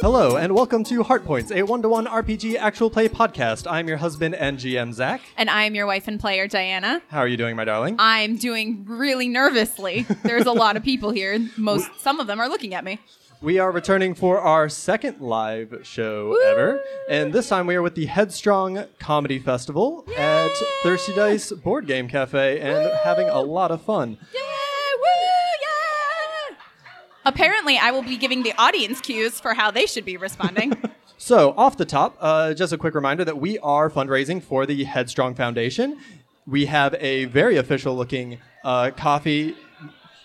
Hello, and welcome to Heartpoints, a one to one RPG actual play podcast. I'm your husband and GM, Zach. And I am your wife and player, Diana. How are you doing, my darling? I'm doing really nervously. There's a lot of people here. Most, some of them are looking at me. We are returning for our second live show ever, and this time we are with the Headstrong Comedy Festival at Thirsty Dice Board Game Cafe and having a lot of fun. Yeah, woo, yeah. Apparently, I will be giving the audience cues for how they should be responding. So, off the top, uh, just a quick reminder that we are fundraising for the Headstrong Foundation. We have a very official looking uh, coffee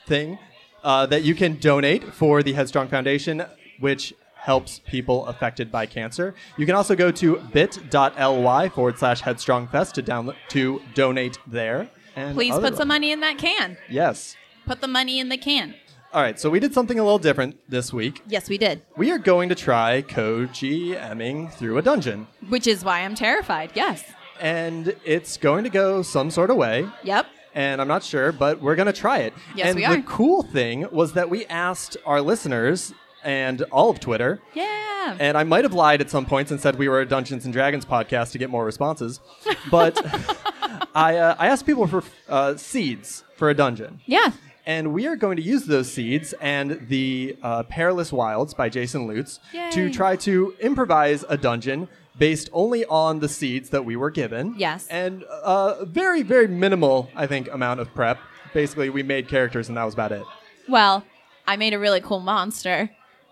thing uh, that you can donate for the Headstrong Foundation, which helps people affected by cancer. You can also go to bit.ly forward slash headstrongfest to, download, to donate there. And Please other- put some money in that can. Yes. Put the money in the can. All right, so we did something a little different this week. Yes, we did. We are going to try co GMing through a dungeon. Which is why I'm terrified. Yes. and it's going to go some sort of way. Yep. And I'm not sure, but we're going to try it. Yes, and we the are. cool thing was that we asked our listeners and all of Twitter, Yeah. and I might have lied at some points and said we were a Dungeons and Dragons podcast to get more responses, but I, uh, I asked people for uh, seeds for a dungeon. yeah. And we are going to use those seeds and the uh, Perilous Wilds by Jason Lutz to Yay. try to improvise a dungeon based only on the seeds that we were given. Yes. And uh, very, very minimal, I think, amount of prep. Basically, we made characters and that was about it. Well, I made a really cool monster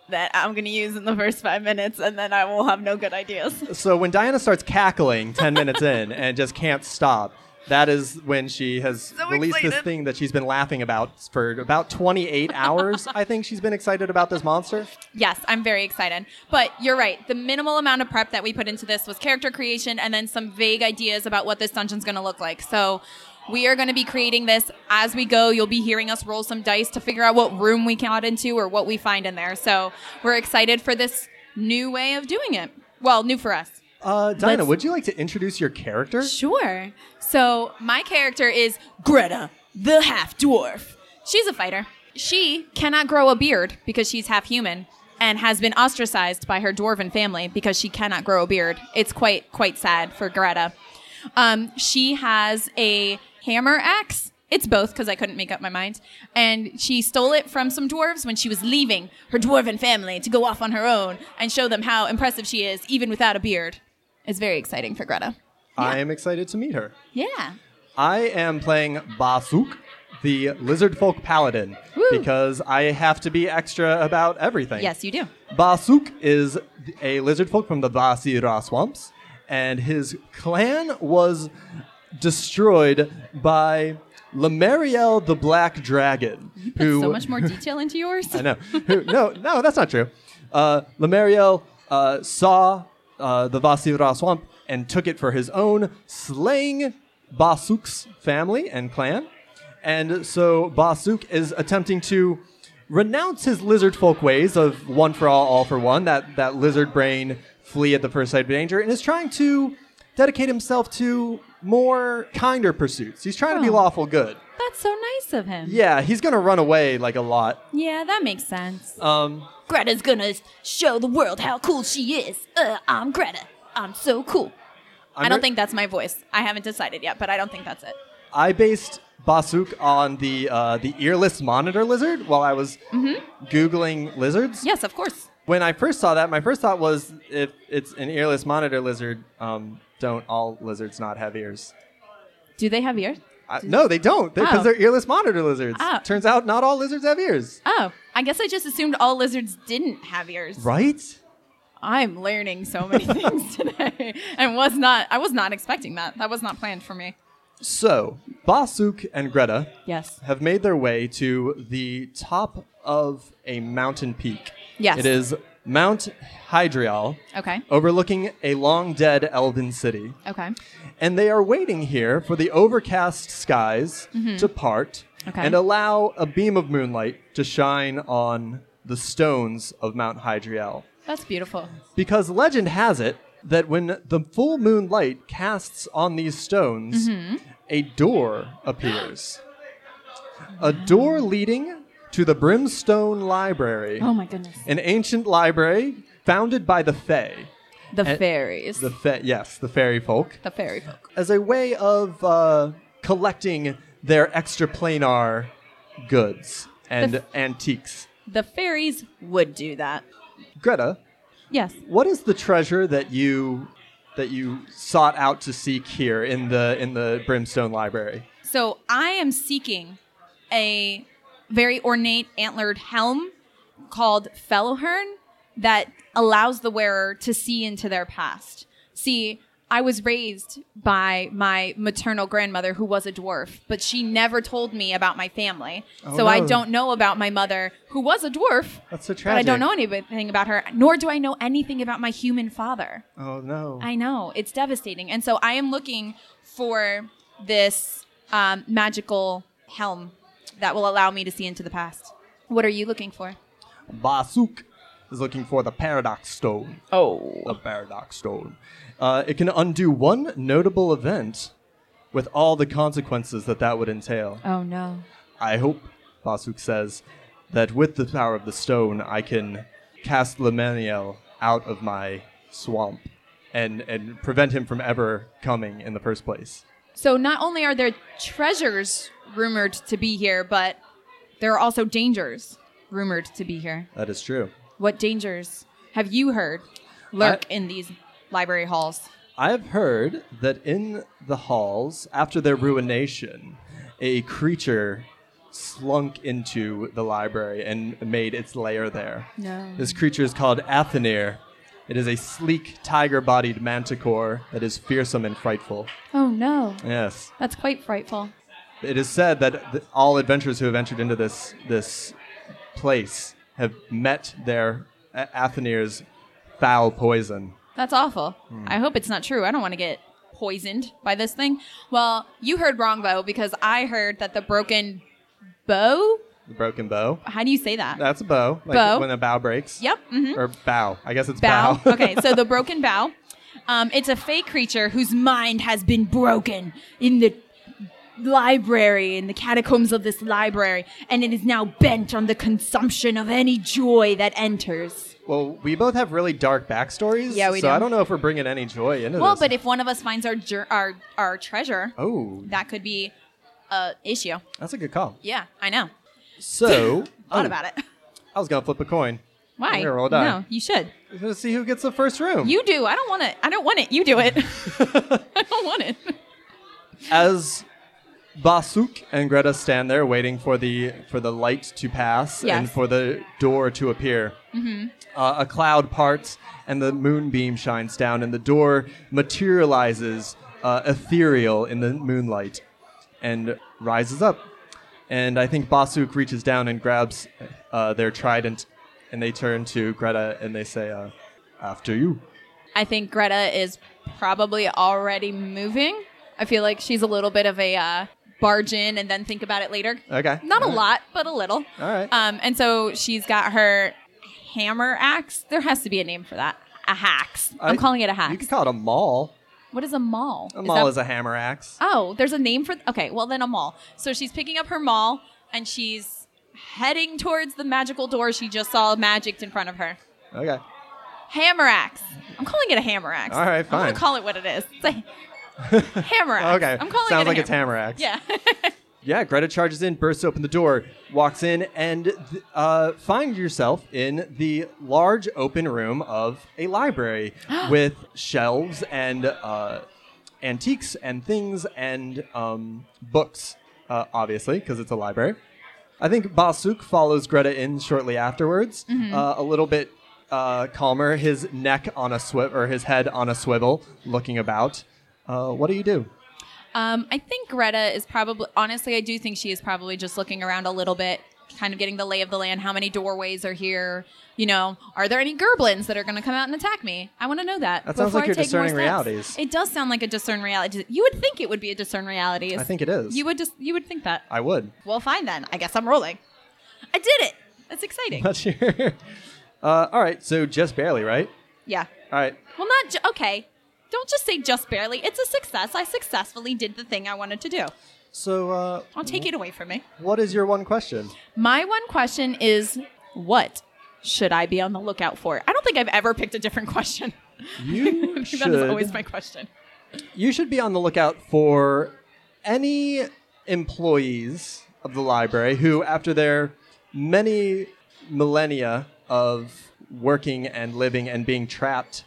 that I'm going to use in the first five minutes, and then I will have no good ideas. So when Diana starts cackling 10 minutes in and just can't stop, that is when she has released this excited. thing that she's been laughing about for about 28 hours. I think she's been excited about this monster. Yes, I'm very excited. But you're right. The minimal amount of prep that we put into this was character creation and then some vague ideas about what this dungeon's going to look like. So we are going to be creating this as we go. You'll be hearing us roll some dice to figure out what room we got into or what we find in there. So we're excited for this new way of doing it. Well, new for us. Uh, Diana, Let's- would you like to introduce your character? Sure. So my character is Greta, the half dwarf. She's a fighter. She cannot grow a beard because she's half human and has been ostracized by her dwarven family because she cannot grow a beard. It's quite quite sad for Greta. Um, she has a hammer axe. It's both because I couldn't make up my mind. And she stole it from some dwarves when she was leaving her dwarven family to go off on her own and show them how impressive she is, even without a beard. It's very exciting for Greta. I am excited to meet her. Yeah. I am playing Basuk, the lizard folk paladin, Woo. because I have to be extra about everything. Yes, you do. Basuk is a lizard folk from the Basira swamps, and his clan was destroyed by Lemariel the Black Dragon, Put so much more detail into yours. I know. Who, no, no, that's not true. Uh, Lemariel uh, saw uh, the Vasira swamp and took it for his own, slaying Basuk's family and clan. And so Basuk is attempting to renounce his lizard folk ways of one for all, all for one, that, that lizard brain flee at the first sight of danger, and is trying to dedicate himself to more kinder pursuits. He's trying to be Oh. lawful good. That's so nice of him. Yeah, he's going to run away like a lot. Yeah, that makes sense. Um, Greta's gonna show the world how cool she is. Uh, I'm Greta. I'm so cool. I don't think. think that's my voice. I haven't decided yet, but I don't think that's it. I based Basuk on the uh, the earless monitor lizard while I was Mm-hmm. googling lizards. Yes, of course. When I first saw that, my first thought was if it's an earless monitor lizard, um, don't all lizards not have ears? Do they have ears? I, no, they don't, because Oh. they're earless monitor lizards. Oh. Turns out not all lizards have ears. Oh, I guess I just assumed all lizards didn't have ears. Right? I'm learning so many things today, and was not. I was not expecting that. That was not planned for me. So, Basuk and Greta Yes. have made their way to the top of a mountain peak. Yes. It is Mount Hydrial. Okay. overlooking a long dead elven city. Okay. And they are waiting here for the overcast skies to part Mm-hmm. Okay. and allow a beam of moonlight to shine on the stones of Mount Hydriel. That's beautiful. Because legend has it that when the full moonlight casts on these stones, Mm-hmm. a door appears. a door leading to the Brimstone Library Oh my goodness. an ancient library founded by the Fae. The And- fairies. The The, Fae, yes, the fairy folk, fairy folk. as a way of uh, collecting their extraplanar goods and The antiques. The fairies would do that. Greta, Yes. what is the treasure that you that you sought out to seek here in the in the Brimstone Library? So I am seeking a very ornate antlered helm called Fellowhern that allows the wearer to see into their past. See, I was raised by my maternal grandmother who was a dwarf, but she never told me about my family. so I Oh, no. don't know about my mother who was a dwarf. That's so But I don't tragic. know anything about her, nor do I know anything about my human father. Oh no! I know it's devastating, and so I am looking for this um, magical helm that will allow me to see into the past. What are you looking for? Basuk is looking for the Paradox Stone. Oh, the Paradox Stone. Uh, it can undo one notable event with all the consequences that that would entail. oh no, I hope, Basuk says, that with the power of the stone, I can cast Lemaniel out of my swamp and, and prevent him from ever coming in the first place. So not only are there treasures rumored to be here, but there are also dangers rumored to be here. That is true. What dangers have you heard lurk in these library halls? I have heard that in the halls, after their ruination, a creature slunk into the library and made its lair there. No. This creature is called Athenir. It is a sleek, tiger bodied manticore that is fearsome and frightful. Oh no, Yes. that's quite frightful. It is said that th- all adventurers who have entered into this, this place have met their A- Athenir's foul poison. That's awful. I hope it's not true. I don't want to get poisoned by this thing. Well, you heard wrong, Bo, because I heard that the broken bow. The broken bow. How do you say that? That's a bow. Like Bow. when a bow breaks. Yep, mhm. Or bow. I guess it's bow. bow. okay, so the broken bow. Um, it's a fake creature whose mind has been broken in the library, in the catacombs of this library, and it is now bent on the consumption of any joy that enters. well, we both have really dark backstories. Yeah, we so do. I don't know if we're bringing any joy into Well, this. but if one of us finds our jur our our treasure, oh, that could be a issue. that's a good call. Yeah, I know. So. Thought Oh, about it. I was going to flip a coin. Why? Here, roll a die. no, you should. Let's see who gets the first room. You do. I don't want it. I don't want it. You do it. I don't want it. As Basuk and Greta stand there waiting for the for the light to pass Yes. Mm-hmm. and for the door to appear, uh, a cloud parts and the moonbeam shines down, and the door materializes uh, ethereal in the moonlight and rises up. And I think Basuk reaches down and grabs uh, their trident, and they turn to Greta and they say, uh, "After you." I think Greta is probably already moving. I feel like she's a little bit of a uh, barge in and then think about it later. Okay. Not a All right. lot, but a little. All right. Um, and so she's got her hammer axe. There has to be a name for that. A hax. I, I- am calling it a You could hax. call it a maul. what is a maul? A maul that- is a hammer axe. Oh, there's a name for. okay, well then a mall. So she's picking up her mall and she's heading towards the magical door she just saw magicked in front of her. Okay. Hammer axe. I'm calling it a hammer axe. All right, I'm fine. gonna call it what it is. It's a hammer axe. Okay. I'm calling Sounds it a like it's hammer axe. Yeah. Yeah, Greta charges in, bursts open the door, walks in, and th- uh, find yourself in the large open room of a library with shelves and uh, antiques and things and um, books, uh, obviously, because it's a library. I think Basuk follows Greta in shortly afterwards, Mm-hmm. uh, a little bit uh, calmer, his neck on a swivel, or his head on a swivel, looking about. Uh, what do you do? um, I think Greta is probably. Honestly, I do think she is probably just looking around a little bit, kind of getting the lay of the land. How many doorways are here? You know, are there any gerblins that are gonna come out and attack me? I want to know that. That sounds before like I your take more discerning steps. realities. It does sound like a discern reality. You would think it would be a discern reality. I think it is. You would just you would think that. I would. Well, fine then. I guess I'm rolling. I did it. That's exciting. Not sure. Uh, all right, so just barely, right? yeah. All right. Well, not ju- okay. Don't just say just barely. It's a success. I successfully did the thing I wanted to do. So, uh, I'll take it away from me. what is your one question? My one question is what should I be on the lookout for? I don't think I've ever picked a different question. You that is always should my question. you should be on the lookout for any employees of the library who, after their many millennia of working and living and being trapped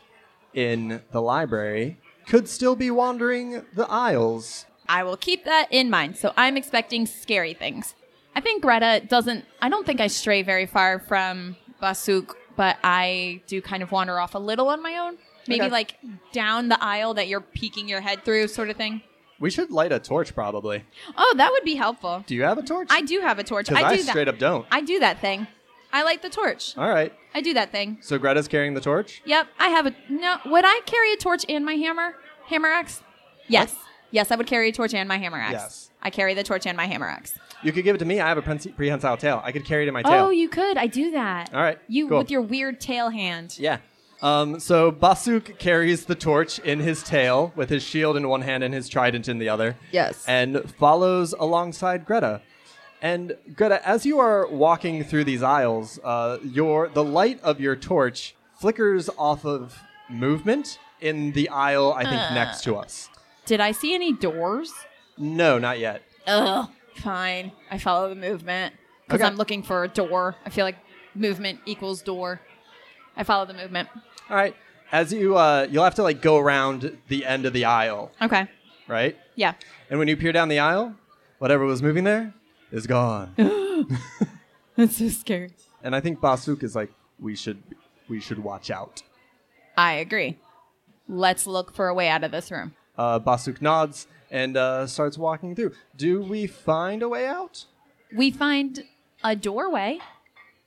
in the library, could still be wandering the aisles. I will keep that in mind. So I'm expecting scary things. I think Greta doesn't, I don't think I stray very far from Basuk, but I do kind of wander off a little on my own. Maybe Okay. like down the aisle that you're peeking your head through, sort of thing. We should light a torch, probably. Oh, that would be helpful. Do you have a torch? I do have a torch. Because I, I do straight that. up Uh. don't. I do that thing. I light the torch. All right. I do that thing. So Greta's carrying the torch. Yep, I have a no. Would I carry a torch and my hammer? Hammer axe? Yes. Yes, I would carry a torch and my hammer axe. Yes. I carry the torch and my hammer axe. You could give it to me. I have a prehens- prehensile tail. I could carry it in my tail. Oh, you could. I do that. All right, You cool. with your weird tail hand. Yeah. Um, so Basuk carries the torch in his tail with his shield in one hand and his trident in the other. Yes. And follows alongside Greta. And Greta, as you are walking through these aisles, uh, your the light of your torch flickers off of movement in the aisle I think Ah. next to us. Did I see any doors? No, not yet. Ugh. Fine. I follow the movement because Okay. I'm looking for a door. I feel like movement equals door. I follow the movement. All right. As you uh, you'll have to like go around the end of the aisle, Okay. right? Yeah. And when you peer down the aisle, whatever was moving there is gone. That's so scary. And I think Basuk is like, we should, we should watch out. I agree. Let's look for a way out of this room. Uh, Basuk nods and uh, starts walking through. Do we find a way out? We find a doorway.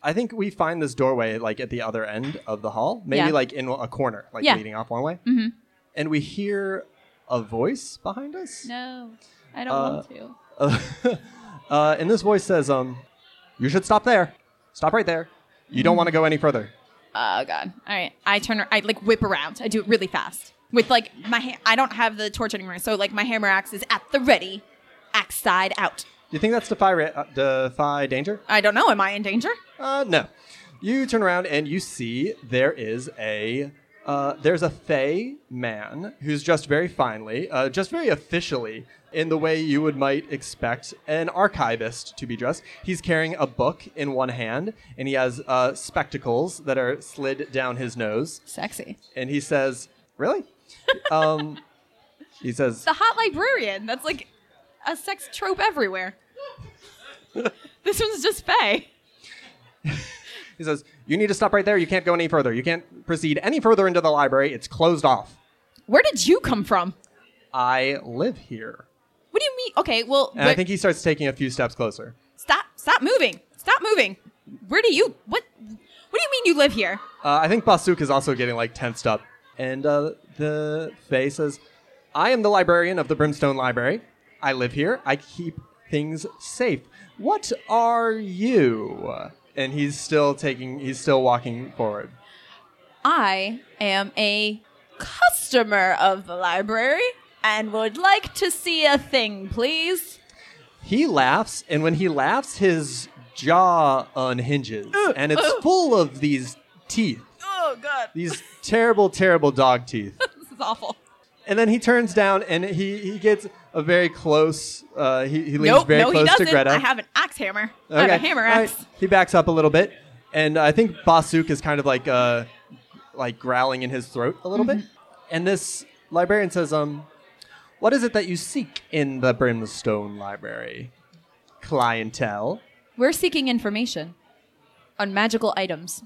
I think we find this doorway like at the other end of the hall, maybe Yeah. like in a corner, like Yeah. leading off one way. Mm-hmm. And we hear a voice behind us. No, I don't Uh, want to. Uh, and this voice says, "Um, you should stop there. Stop right there. You Mm-hmm. don't want to go any further." Oh god! All right, I turn. ar- I like whip around. I do it really fast with like my. Ha- I don't have the torch anymore, so like my hammer axe is at the ready, axe side out. Do you think that's defy ra- uh, defy danger? I don't know. Am I in danger? Uh, no. You turn around and you see there is a uh, there's a fey man who's dressed very finely, uh, just very officially in the way you would might expect an archivist to be dressed. He's carrying a book in one hand and he has uh, spectacles that are slid down his nose. Sexy. And he says, "Really?" um, he says, The hot librarian. That's like a sex trope everywhere. this one's just Faye. He says, "You need to stop right there. You can't go any further. You can't proceed any further into the library. It's closed off. Where did you come from? I live here." What do you mean? Okay, well, And I where- think he starts taking a few steps closer. stop, stop moving, stop moving. Where do you what? What do you mean you live here? Uh, I think Basuk is also getting like tensed up. And uh, the Fae says, I am the librarian of the Brimstone Library. I live here. I keep things safe. What are you? And he's still taking, he's still walking forward. I am a customer of the library and would like to see a thing, please. He laughs, and when he laughs, his jaw unhinges. and it's full of these teeth, Oh, God. these terrible, terrible dog teeth. This is awful. And then he turns down and he, he gets a very close, uh, he, he leans Nope, very no, he close to doesn't. Greta. I have an axe hammer. I have a hammer All right. axe. He backs up a little bit. And I think Basuk is kind of like uh, like growling in his throat a little Mm-hmm. bit. And this librarian says, um, What is it that you seek in the Brimstone Library? Clientele. We're seeking information on magical items.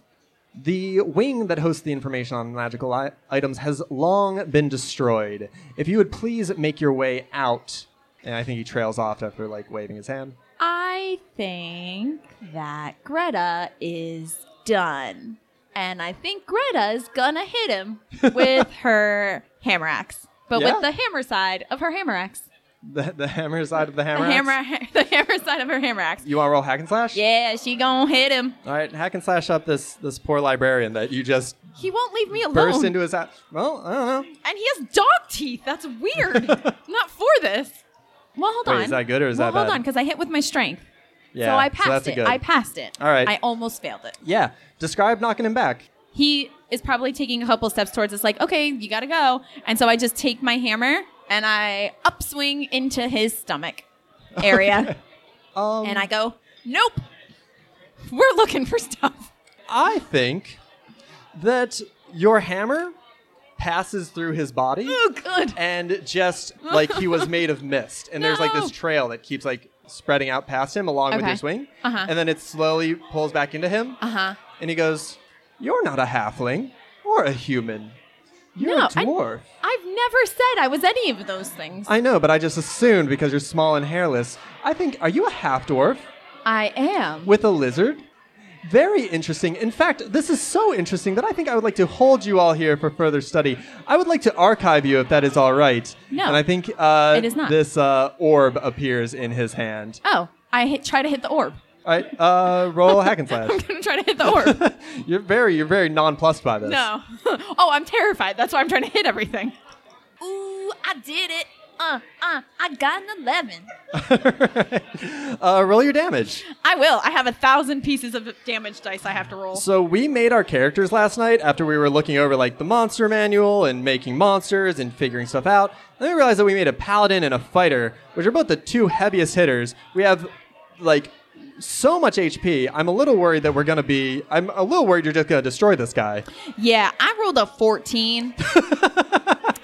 The wing that hosts the information on magical I- items has long been destroyed. If you would please make your way out. And I think he trails off after like waving his hand. I think that Greta is done. And I think Greta is gonna hit him with her hammer axe, but Yeah? with the hammer side of her hammer axe. The, the hammer side of the hammer. the axe? hammer, the hammer side of her hammer axe. You want to roll hack and slash? Yeah, she gonna hit him. All right, hack and slash up this this poor librarian that you just He won't leave me alone. burst into his house. Well, I don't know. and he has dog teeth. That's weird. Not for this. Well, hold Wait, on. is that good or is well, that hold bad? on, because I hit with my strength. Yeah, so I so passed that's a it. good- I passed it. All right. I almost failed it. Yeah. Describe knocking him back. He is probably taking a couple steps towards us, like, okay, you gotta go. And so I just take my hammer and I upswing into his stomach area. Um, and I go, nope, we're looking for stuff. I think that your hammer passes through his body Oh, good. and just like he was made of mist. And there's like No. this trail that keeps like spreading out past him along with Okay. your swing. Uh-huh. And then it slowly pulls back into him. Uh huh. And he goes, You're not a halfling or a human. You're No, a I- dwarf. I've never said I was any of those things. I know, but I just assumed because you're small and hairless. I think, are you a half dwarf? I am. with a lizard. Very interesting. In fact, this is so interesting that I think I would like to hold you all here for further study. I would like to archive you if that is all right. No. And I think uh, It is not. this uh, orb appears in his hand. Oh, I hit, try to hit the orb. All right, uh, roll hack and I'm slash. gonna try to hit the orb. You're very, you're very nonplussed by this. no. oh, I'm terrified. That's why I'm trying to hit everything. Ooh, I did it. Uh, uh, I got an 11. uh, roll your damage. I will. I have a thousand pieces of damage dice I have to roll. So we made our characters last night after we were looking over like the monster manual and making monsters and figuring stuff out. And then we realized that we made a paladin and a fighter, which are both the two heaviest hitters. We have like so much HP. I'm a little worried that we're gonna be. I'm a little worried you're just gonna destroy this guy. Yeah, I rolled a 14.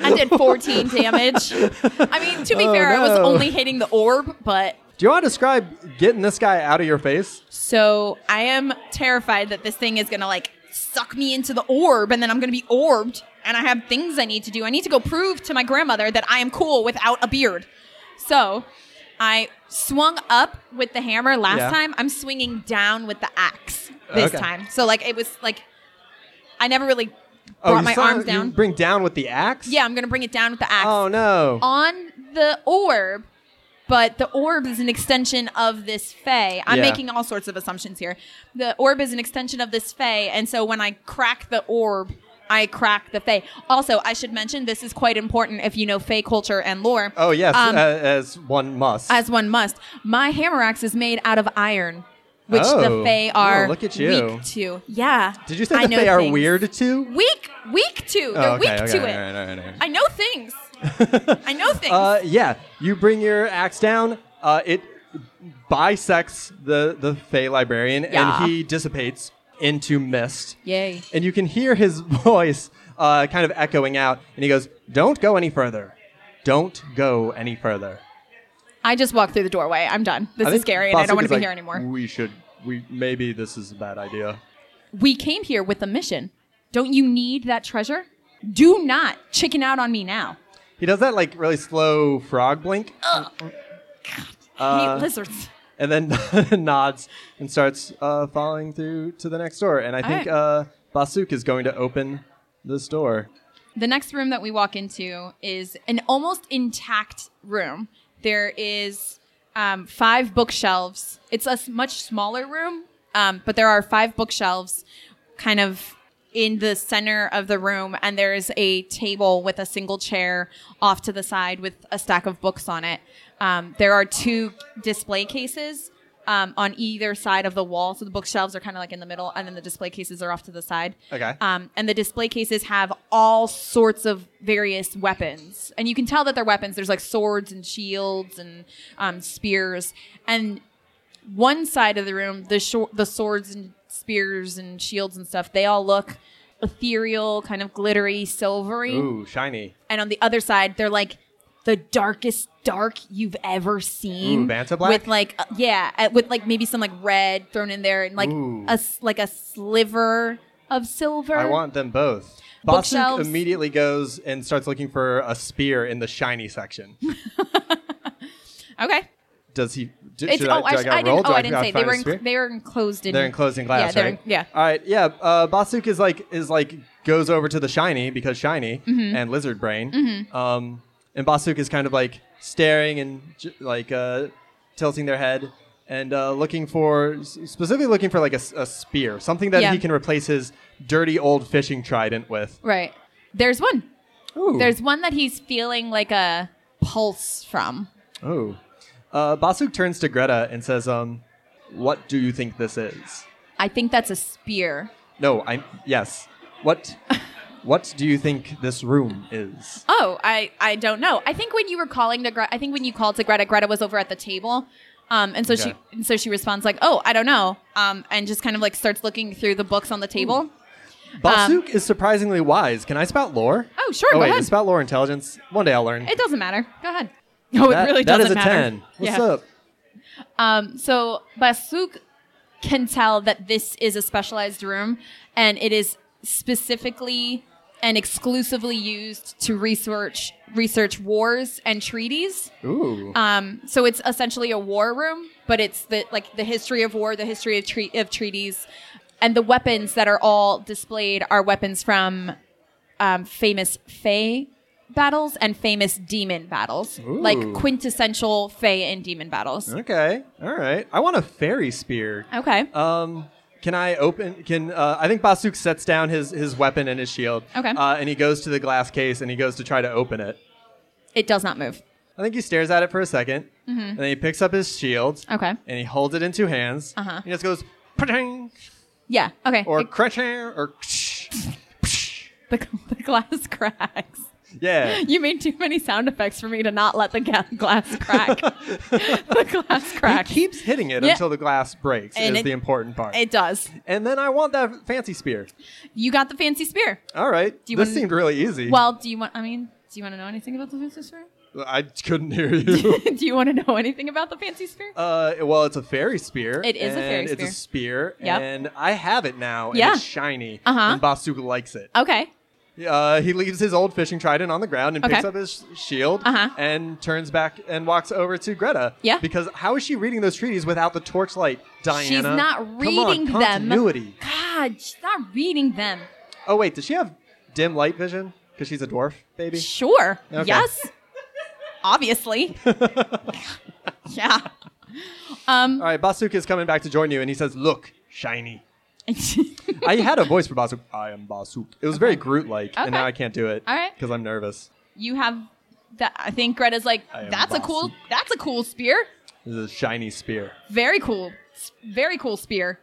I did 14 damage. I mean, to be Oh, fair, I was no. only hitting the orb, but Do you want to describe getting this guy out of your face? so I am terrified that this thing is going to like suck me into the orb and then I'm going to be orbed and I have things I need to do. I need to go prove to my grandmother that I am cool without a beard. So I swung up with the hammer last Yeah. time. I'm swinging down with the axe this Okay. time. So like it was like I never really Oh, brought you my saw- arms you down. bring down with the axe. Yeah, I'm gonna bring it down with the axe Oh no. on the orb, but the orb is an extension of this fey. I'm Yeah. making all sorts of assumptions here. The orb is an extension of this fey, and so when I crack the orb, I crack the fey. Also, I should mention this is quite important if you know fey culture and lore. Oh yes, Um, uh, as one must. as one must. My hammer axe is made out of iron. Which Oh. the Fey are Oh, look at you. weak to. Yeah. Did you say I that know they are things. weird too? Weak, weak to. They're Oh, okay, weak okay, to all it. right, all right, all right. I know things. I know things. Uh, yeah, you bring your axe down. Uh, it bisects the the Fey librarian, Yeah. and he dissipates into mist. Yay. And you can hear his voice uh, kind of echoing out, and he goes, "Don't go any further. Don't go any further." I just walked through the doorway. I'm done. This I is think scary, and I don't Basuk want to is be like, here anymore. We should. We maybe this is a bad idea. We came here with a mission. Don't you need that treasure? Do not chicken out on me now. He does that like really slow frog blink, I Uh, hate lizards. and then nods and starts uh, following through to the next door. And I think right. uh, Basuk is going to open this door. The next room that we walk into is an almost intact room. There is um, five bookshelves. It's a s- much smaller room, um, but there are five bookshelves kind of in the center of the room, and there's a table with a single chair off to the side with a stack of books on it. Um, there are two display cases um, on either side of the wall. So the bookshelves are kind of like in the middle, and then the display cases are off to the side. Okay. Um, and the display cases have all sorts of various weapons. And you can tell that they're weapons. There's like swords and shields and um, spears. And one side of the room, the, shor- the swords and spears and shields and stuff, they all look ethereal, kind of glittery, silvery. Ooh, shiny. And on the other side, they're like the darkest dark you've ever seen. Ooh, Vanta Black? With like, uh, yeah, uh, with like maybe some like red thrown in there and like Ooh. a s- like a sliver of silver. I want them both. Basuk Bookshelves. immediately goes and starts looking for a spear in the shiny section. Okay. Does he? Do, It's, should oh, I, I, do sh- I, I gotta roll? didn't. Do Oh, I, I didn't gotta say find they a were in, spear? they were enclosed in. They're enclosed in glass, Yeah, they're right? in- yeah. All right. Yeah. Uh, Basuk is like is like goes over to the shiny because shiny Mm-hmm. and lizard brain. Um, and Basuk is kind of like staring and j- like uh, tilting their head and uh, looking for s- specifically looking for like a, s- a spear, something that Yeah. he can replace his dirty old fishing trident with. Right. There's one. Ooh. There's one that he's feeling like a pulse from. Oh. Uh, Basuk turns to Greta and says, um, What do you think this is? I think that's a spear. No, I yes. What what do you think this room is? Oh, I, I don't know. I think when you were calling to Greta, I think when you called to Greta, Greta was over at the table. Um, and so she Okay. and so she responds like, "Oh, I don't know," um, and just kind of like starts looking through the books on the table. Basuk is surprisingly wise. Can I spout lore? Um, Oh, sure, go wait, ahead. is spout lore intelligence. One day I'll learn. It doesn't matter. Go ahead. No, That- it really that doesn't is a matter. ten. What's yeah. up? Um, so Basuk can tell that this is a specialized room, and it is specifically and exclusively used to research research wars and treaties. Ooh. Um, so it's essentially a war room, but it's the like the history of war, the history of, tre- of treaties, and the weapons that are all displayed are weapons from um, famous Fey battles and famous demon battles, like Ooh. quintessential Fey and demon battles. okay. All right. I want a fairy spear. Okay. Um, can I open? Can uh, I think Basuk sets down his his weapon and his shield. Okay. Uh, and he goes to the glass case and he goes to try to open it. it does not move. I think he stares at it for a 2nd and then he picks up his shield. Mm-hmm. Okay. And he holds it in two hands. Uh-huh. He just goes, "Paching," Yeah. Okay. or It- crunching or. ksh. the, the glass cracks. Yeah. You made too many sound effects for me to not let the ga- glass crack. the glass cracks. He keeps hitting it Yeah. until the glass breaks. And is it- the important part. it does. and then I want that fancy spear. You got the fancy spear. All right. Do you this wanna- seemed really easy. Well, do you want? I mean, do you want to know anything about the fancy sphere? I couldn't hear you. do you want to know anything about the fancy sphere? uh, well, it's a fairy spear. It is a fairy and It's a spear, Yep. and I have it now. And Yeah. it's shiny. Uh-huh. And Basuk likes it. okay. Uh, he leaves his old fishing trident on the ground and Okay. picks up his shield Uh-huh. and turns back and walks over to Greta. Yeah. Because how is she reading those treaties without the torchlight, Diana? She's not Come on, reading them. Continuity. God, she's not reading them. Oh wait, does she have dim light vision? Because she's a dwarf, baby. Sure. Okay. Yes. Obviously. yeah. All Um. right, Basuk is coming back to join you, and he says, "Look, shiny." I had a voice for Basuk. I am Basuk. It was very Groot-like, Okay. and now I can't do it. All right. Because I'm nervous. you have that. I think Greta's like, I am that's a cool. bossy." That's a cool spear. This is a shiny spear. Very cool. S- Very cool spear.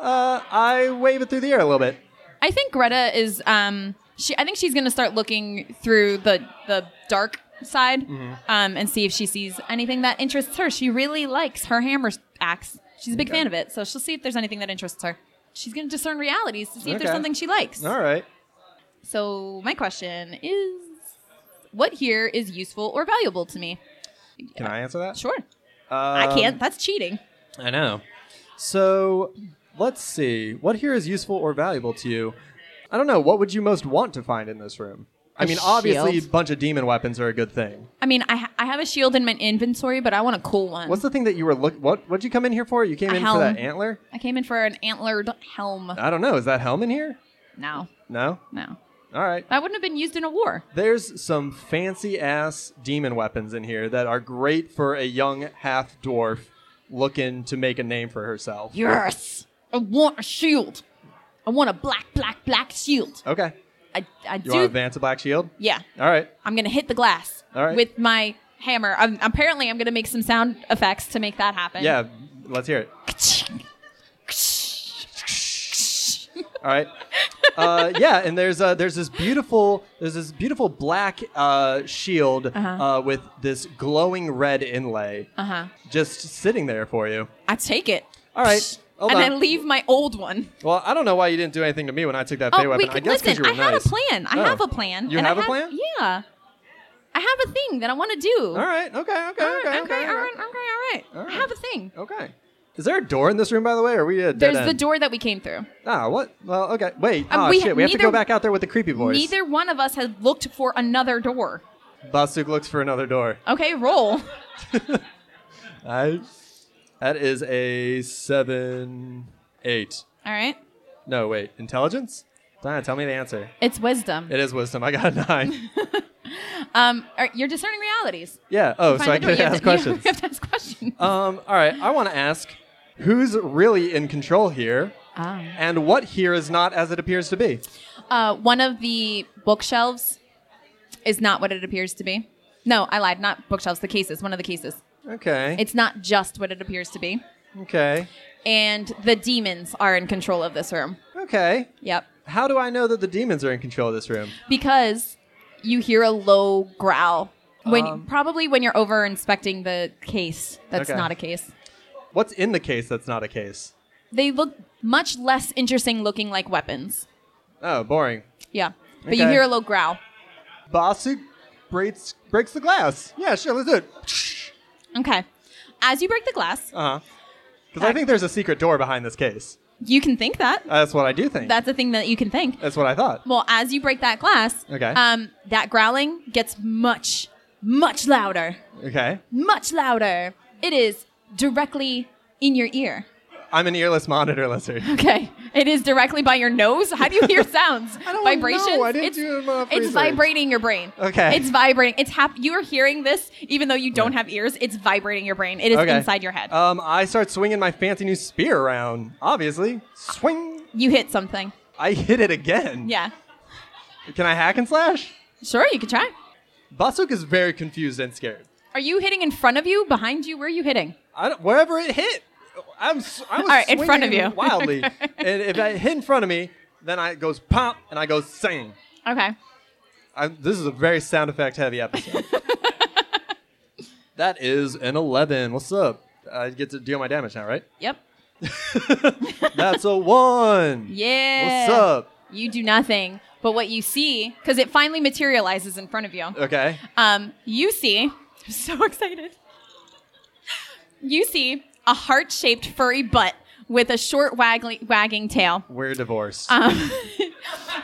Uh, I wave it through the air a little bit. I think Greta is um she I think she's gonna start looking through the the dark side Mm-hmm. um and see if she sees anything that interests her. She really likes her hammer axe. She's a big Okay. fan of it, so she'll see if there's anything that interests her. She's gonna discern realities to see if Okay. there's something she likes. All right. So my question is what here is useful or valuable to me? Can I answer that? Sure. I Uh, Um, can't. That's cheating. I know. So let's see. What here is useful or valuable to you? I don't know. What would you most want to find in this room? I A mean, obviously, a shield. bunch of demon weapons are a good thing. I mean, I, ha- I have a shield in my inventory, but I want a cool one. What's the thing that you were look? What? What'd you come in here for? You came A in for that helm. antler? I came in for an antlered helm. I don't know. Is that helm in here? No, No. no. All right. That wouldn't have been used in a war. There's some fancy ass demon weapons in here that are great for a young half dwarf looking to make a name for herself. Yes. I want a shield. I want a black, black, black shield. Okay. I, I You want to do. advance a black shield? Yeah. All right. I'm going to hit the glass All right. with my hammer. Um apparently, I'm going to make some sound effects to make that happen. Yeah. Let's hear it. All right. Uh, yeah, and there's uh, there's this beautiful there's this beautiful black uh, shield Uh-huh. uh with this glowing red inlay Uh huh. just sitting there for you. I take it. All right. Hold and on. I leave my old one. well, I don't know why you didn't do anything to me when I took that Oh, fey weapon. we I could, guess because listen, you were I had nice. a plan. I Oh. have a plan. You and I have a plan? Yeah. I have a thing that I want to do. All right. Okay. Okay. All Okay. right, okay, all right, okay, all right. All right. I have a thing. Okay. Is there a door in this room, by the way? Or are we at a dead There's the end? door that we came through. Ah, what? Well, okay. Wait. Um, oh, we- shit. We have to go neither- back out there with the creepy voice. Neither one of us has looked for another door. Basuk looks for another door. Okay, roll. I. That is a seven, eight. All right. No, wait. Intelligence? Diana, tell me the answer. It's wisdom. It is wisdom. I got a nine. Um, all right, you're discerning realities. yeah. Oh, so I Find the can door. You ask have to- questions. You have to ask questions. Um. All right. I want to ask, who's really in control here, Ah. and what here is not as it appears to be? Uh, one of the bookshelves is not what it appears to be. No, I lied. Not bookshelves. The cases. One of the cases. Okay. It's not just what it appears to be. Okay. and the demons are in control of this room. Okay. Yep. How do I know that the demons are in control of this room? Because you hear a low growl when Um. probably when you're over inspecting the case. That's Okay. not a case. What's in the case that's not a case? They look much less interesting looking like weapons. Oh, boring. Yeah. But you Okay. hear a low growl. Basu breaks breaks the glass. Yeah, sure, let's do it. Okay. As you break the glass, Uh huh. Because I think there's a secret door behind this case. you can think that. That's what I do think. That's a thing that you can think. That's what I thought. Well, as you break that glass, Okay. um, that growling gets much, much louder. Okay. Much louder. It is directly in your ear. I'm an earless monitor lizard. Okay. It is directly by your nose. How do you hear sounds? I don't Vibrations? know. I didn't it's, do enough it's research. vibrating your brain. Okay. It's vibrating. It's hap- you are hearing this even though you don't have ears. It's vibrating your brain. It is Okay. inside your head. Um, I start swinging my fancy new spear around. Obviously, swing. you hit something. I hit it again. Yeah. Can I hack and slash? Sure, you can try. Basuk is very confused and scared. Are you hitting in front of you, behind you? Where are you hitting? I don't, wherever it hit, I'm s- I was All right, in front of swinging you. wildly. and if it hit in front of me, then I it goes pop and I go sing. Okay. I, this is a very sound effect heavy episode. that is an eleven. What's up? I get to deal my damage now, right? Yep. That's a one. Yeah. What's up? You do nothing. But what you see, because it finally materializes in front of you, Okay. um, you see, I'm so excited. You see a heart shaped furry butt with a short waggly, wagging tail. We're divorced. Uh,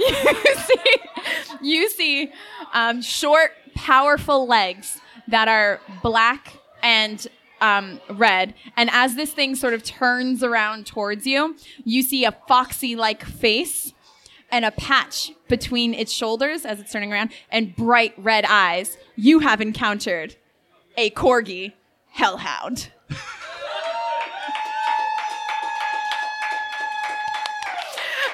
you see, you see um, short, powerful legs that are black and um, red. And as this thing sort of turns around towards you, you see a foxy like face and a patch between its shoulders as it's turning around and bright red eyes. You have encountered a corgi hellhound.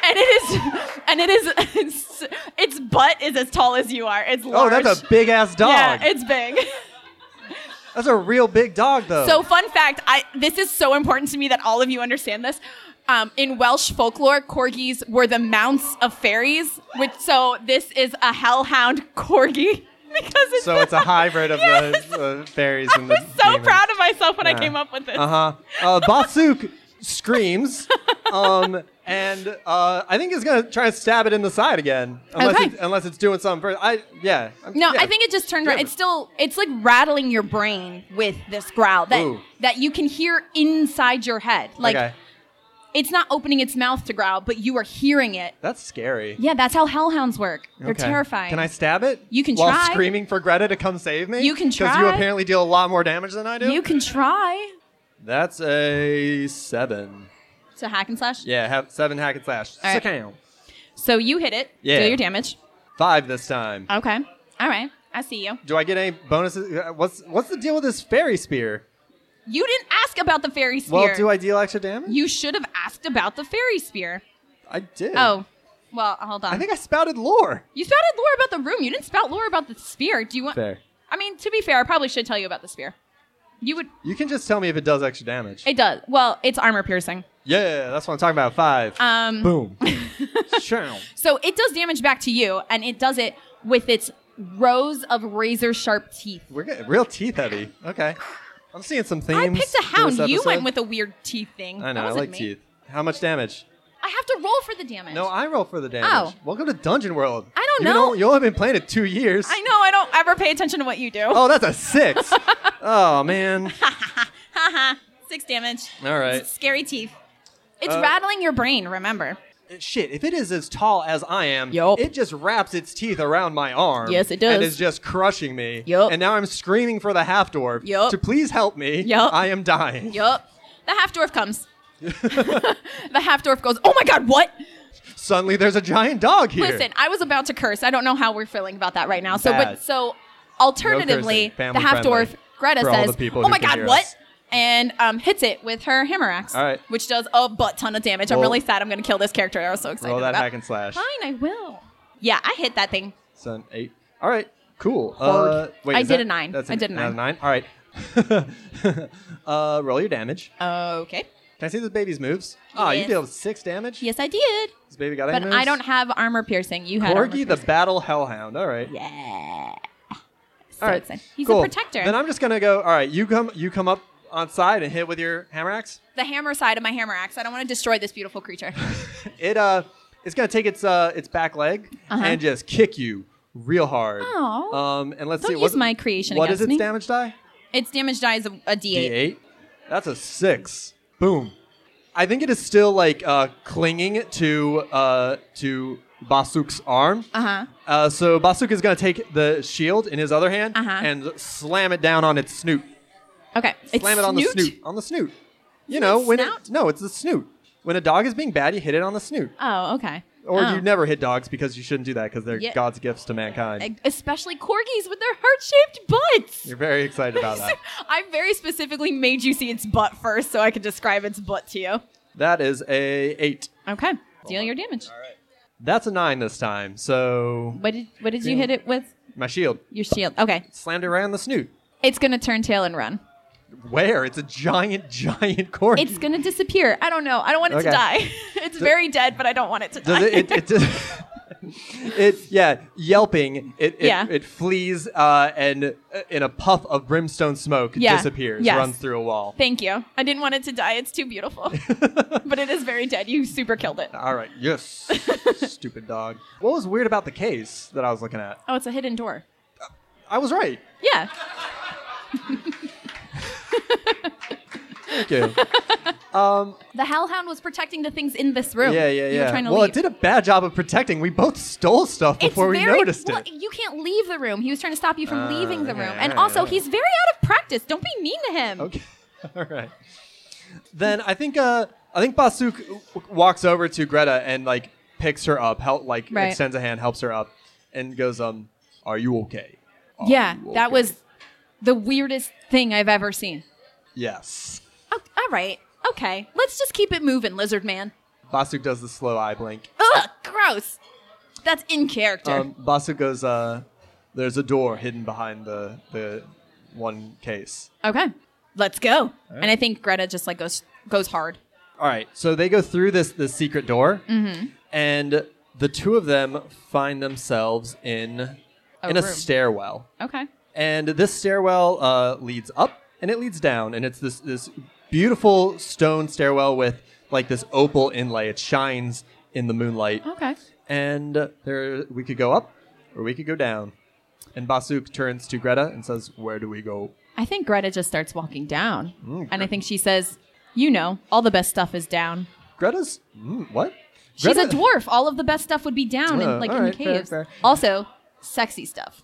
And it is, and it is, it's, its butt is as tall as you are. It's oh, large. that's a big ass dog. Yeah, it's big. that's a real big dog though. So, fun fact: I this is so important to me that all of you understand this. Um, in Welsh folklore, corgis were the mounts of fairies, which so this is a hellhound corgi because it's. So it's a hybrid of Yes. the uh, fairies I and the was so demons. proud of myself when Yeah. I came up with this. Uh-huh. Uh Basuk screams, um, and uh, I think he's gonna try to stab it in the side again, unless Okay. it's, unless it's doing something first. I yeah. I'm- No, yeah. I think it just turned around. Yeah. It's still, it's like rattling your brain with this growl that Ooh. that you can hear inside your head. Like okay. it's not opening its mouth to growl, but you are hearing it. That's scary. Yeah, that's how hellhounds work. They're Okay. terrifying. Can I stab it? You can while try. screaming for Greta to come save me. You can because you try. apparently deal a lot more damage than I do. You can try That's a seven. to hack and slash. Yeah, ha- seven hack and slash. All right. Sakam. So you hit it. Yeah. Do your damage. Five this time. Okay. All right. I see you. Do I get any bonuses? Uh, What's what's the deal with this fairy spear? You didn't ask about the fairy spear. Well, do I deal extra damage? You should have asked about the fairy spear. I did. Oh. Well, hold on. I think I spouted lore. you spouted lore about the room. You didn't spout lore about the spear. Do you want? Fair. I mean, to be fair, I probably should tell you about the spear. You would. You can just tell me if it does extra damage. It does. Well, it's armor piercing. yeah, that's what I'm talking about. Five. Um. Boom. Sure. So it does damage back to you, and it does it with its rows of razor sharp teeth. We're getting real teeth heavy. Okay. I'm seeing some themes. I picked a for this hound. You went episode. with a weird teeth thing. I know. That I wasn't like me. teeth. How much damage? I have to roll for the damage. No, I roll for the damage. Oh. Welcome to Dungeon World. I don't You've been know. only- you only been playing it two years. I know. I don't ever pay attention to what you do. Oh, that's a six. oh man. Haha. Six damage. All right. Scary teeth. It's Uh, rattling your brain, remember. Shit, if it is as tall as I am, Yup. it just wraps its teeth around my arm. Yes, it And does. is just crushing me. Yup. And now I'm screaming for the half dwarf Yup. to please help me. Yup. I am dying. Yup. The half dwarf comes. the half dwarf goes, Oh my god, what? Suddenly there's a giant dog here. Listen, I was about to curse. I don't know how we're feeling about that right now. So Bad. but so alternatively, No cursing. the half dwarf Family-friendly Greta for all says, the people Oh who my can god, hear what? us. And um, hits it with her hammer axe, All right. which does a butt ton of damage. I'm Roll- really sad I'm going to kill this character. I was so excited Roll that about. hack and slash. Fine, I will. Yeah, I hit that thing. Seven, eight. All right, cool. Hard. Uh, wait, I is did that- a nine. That's I did a not nine. All right. uh, roll your damage. Okay. Can I see this baby's moves? Ah, you Yes. deal six damage. Yes, I did. This baby got any But moves? I don't have armor piercing. You had armor Corgi the Battle Hellhound. All right. Yeah. So All right. excited. He's cool. a protector. Then I'm just gonna go. All right, you come. You come up on side and hit with your hammer axe. the hammer side of my hammer axe. I don't want to destroy this beautiful creature. It uh, it's gonna take its uh, its back leg Uh-huh. and just kick you real hard. Aw. Um, and let's Don't see. use what's- my creation What is against its me. damage die? its damage die is a a D8. D8. That's a six. Boom. I think it is still like uh, clinging to uh, to Basuk's arm. Uh huh. Uh, so Basuk is going to take the shield in his other hand Uh-huh. and slam it down on its snoot. Okay. It's Slam it on the snoot. On the snoot. You know it when snout? it, no, it's the snoot. When a dog is being bad, you hit it on the snoot. Oh, okay. Or Oh. you never hit dogs because you shouldn't do that because they're Yeah. God's gifts to mankind. Especially corgis with their heart-shaped butts. You're very excited about that. I very specifically made you see its butt first so I could describe its butt to you. That is a eight. Okay. Deal your damage. That's a nine this time. So What did what did you hit it with? my shield Your shield. Okay. slammed it right on the snoot. It's gonna turn tail and run. Where? It's a giant, giant corgi. It's gonna disappear. I don't know. I don't want it Okay. to die. it's very dead, but I don't want it to Does die. it? It. it, it- yeah, yelping. It it, Yeah. it flees uh, and uh, in a puff of brimstone smoke Yeah. disappears, Yes. runs through a wall. Thank you. I didn't want it to die. It's too beautiful. but it is very dead. You super killed it. All right. Yes. Stupid dog. What was weird about the case that I was looking at? Oh, it's a hidden door. I was right. Yeah. Thank you. The hellhound was protecting the things in this room. yeah, yeah, You were yeah. trying to Well, leave. it did a bad job of protecting. We both stole stuff It's before we very- noticed well, it. You can't leave the room. He was trying to stop you from Ah, leaving the okay, room. And alright, also, alright. he's very out of practice. Don't be mean to him. Okay. All right. Then I think uh I think Basuk w- walks over to Greta and like picks her up, help like Right. extends a hand, helps her up, and goes um, "Are you okay?" Are Yeah, you that okay?" was the weirdest thing I've ever seen. yes. Oh, all right. Okay. Let's just keep it moving, Lizard Man. Basuk does the slow eye blink. Ugh, gross. That's in character. Um, Basuk goes, uh, "There's a door hidden behind the the one case." okay. Let's go. And I think Greta just like goes goes hard. All right, so they go through this this secret door, Mm-hmm. and the two of them find themselves in A in a room. stairwell. Okay. And this stairwell uh, leads up and it leads down, and it's this this beautiful stone stairwell with like this opal inlay. It shines in the moonlight, Okay. and uh, there we could go up or we could go down. And Basuk turns to Greta and says, "Where do we go?" I think Greta just starts walking down. Mm, and I think she says, "You know, all the best stuff is down." Greta's mm, what? She's Greta- a dwarf. All of the best stuff would be down Oh, in like in alright, fair, caves. fair. Also, sexy stuff.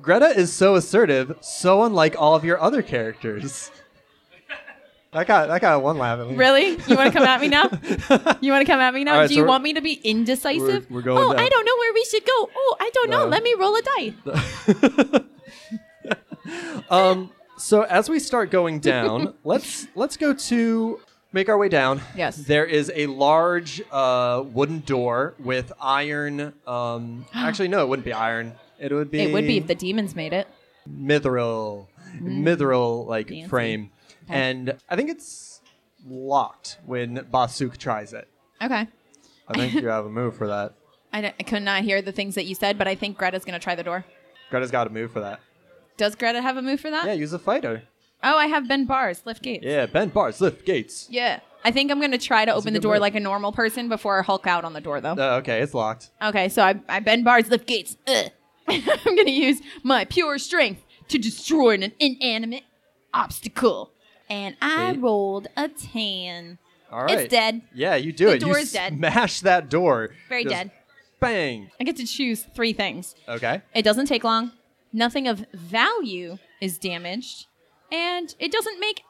Greta is so assertive, so unlike all of your other characters. That got that got one laugh. At least. Really? You want to come at me now? You want to come at me now? All right, Do so you we're- want me to be indecisive? we're- we're going oh, down. Uh, I don't know where we should go. Oh, I don't know. No. Let me roll a die. So as we start going down, let's let's go to make our way down. Yes. There is a large uh, wooden door with iron. Um, actually, no, it wouldn't be iron. It would be. It would be if the demons made it. mithril, mithril like Fancy. frame, and I think it's locked when Basuk tries it. Okay. I think you have a move for that. I, don't- I could not hear the things that you said, but I think Greta's going to try the door. Greta's got a move for that. Does Greta have a move for that? Yeah, use a fighter. Oh, I have Ben Bars, lift gates. Yeah, bend bars, lift gates. Yeah. I think I'm going to try to a open the good door move. like a normal person before I hulk out on the door, though. Uh, okay, it's locked. Okay, so I, I bend bars, lift gates. Ugh. I'm going to use my pure strength to destroy an inanimate obstacle. And I Sweet. rolled a 10. All It's right. dead. Yeah, you do The it. door you is dead. Smash that door. Very Just dead. Bang. I get to choose three things. Okay. It doesn't take long. Nothing of value is damaged. And it doesn't make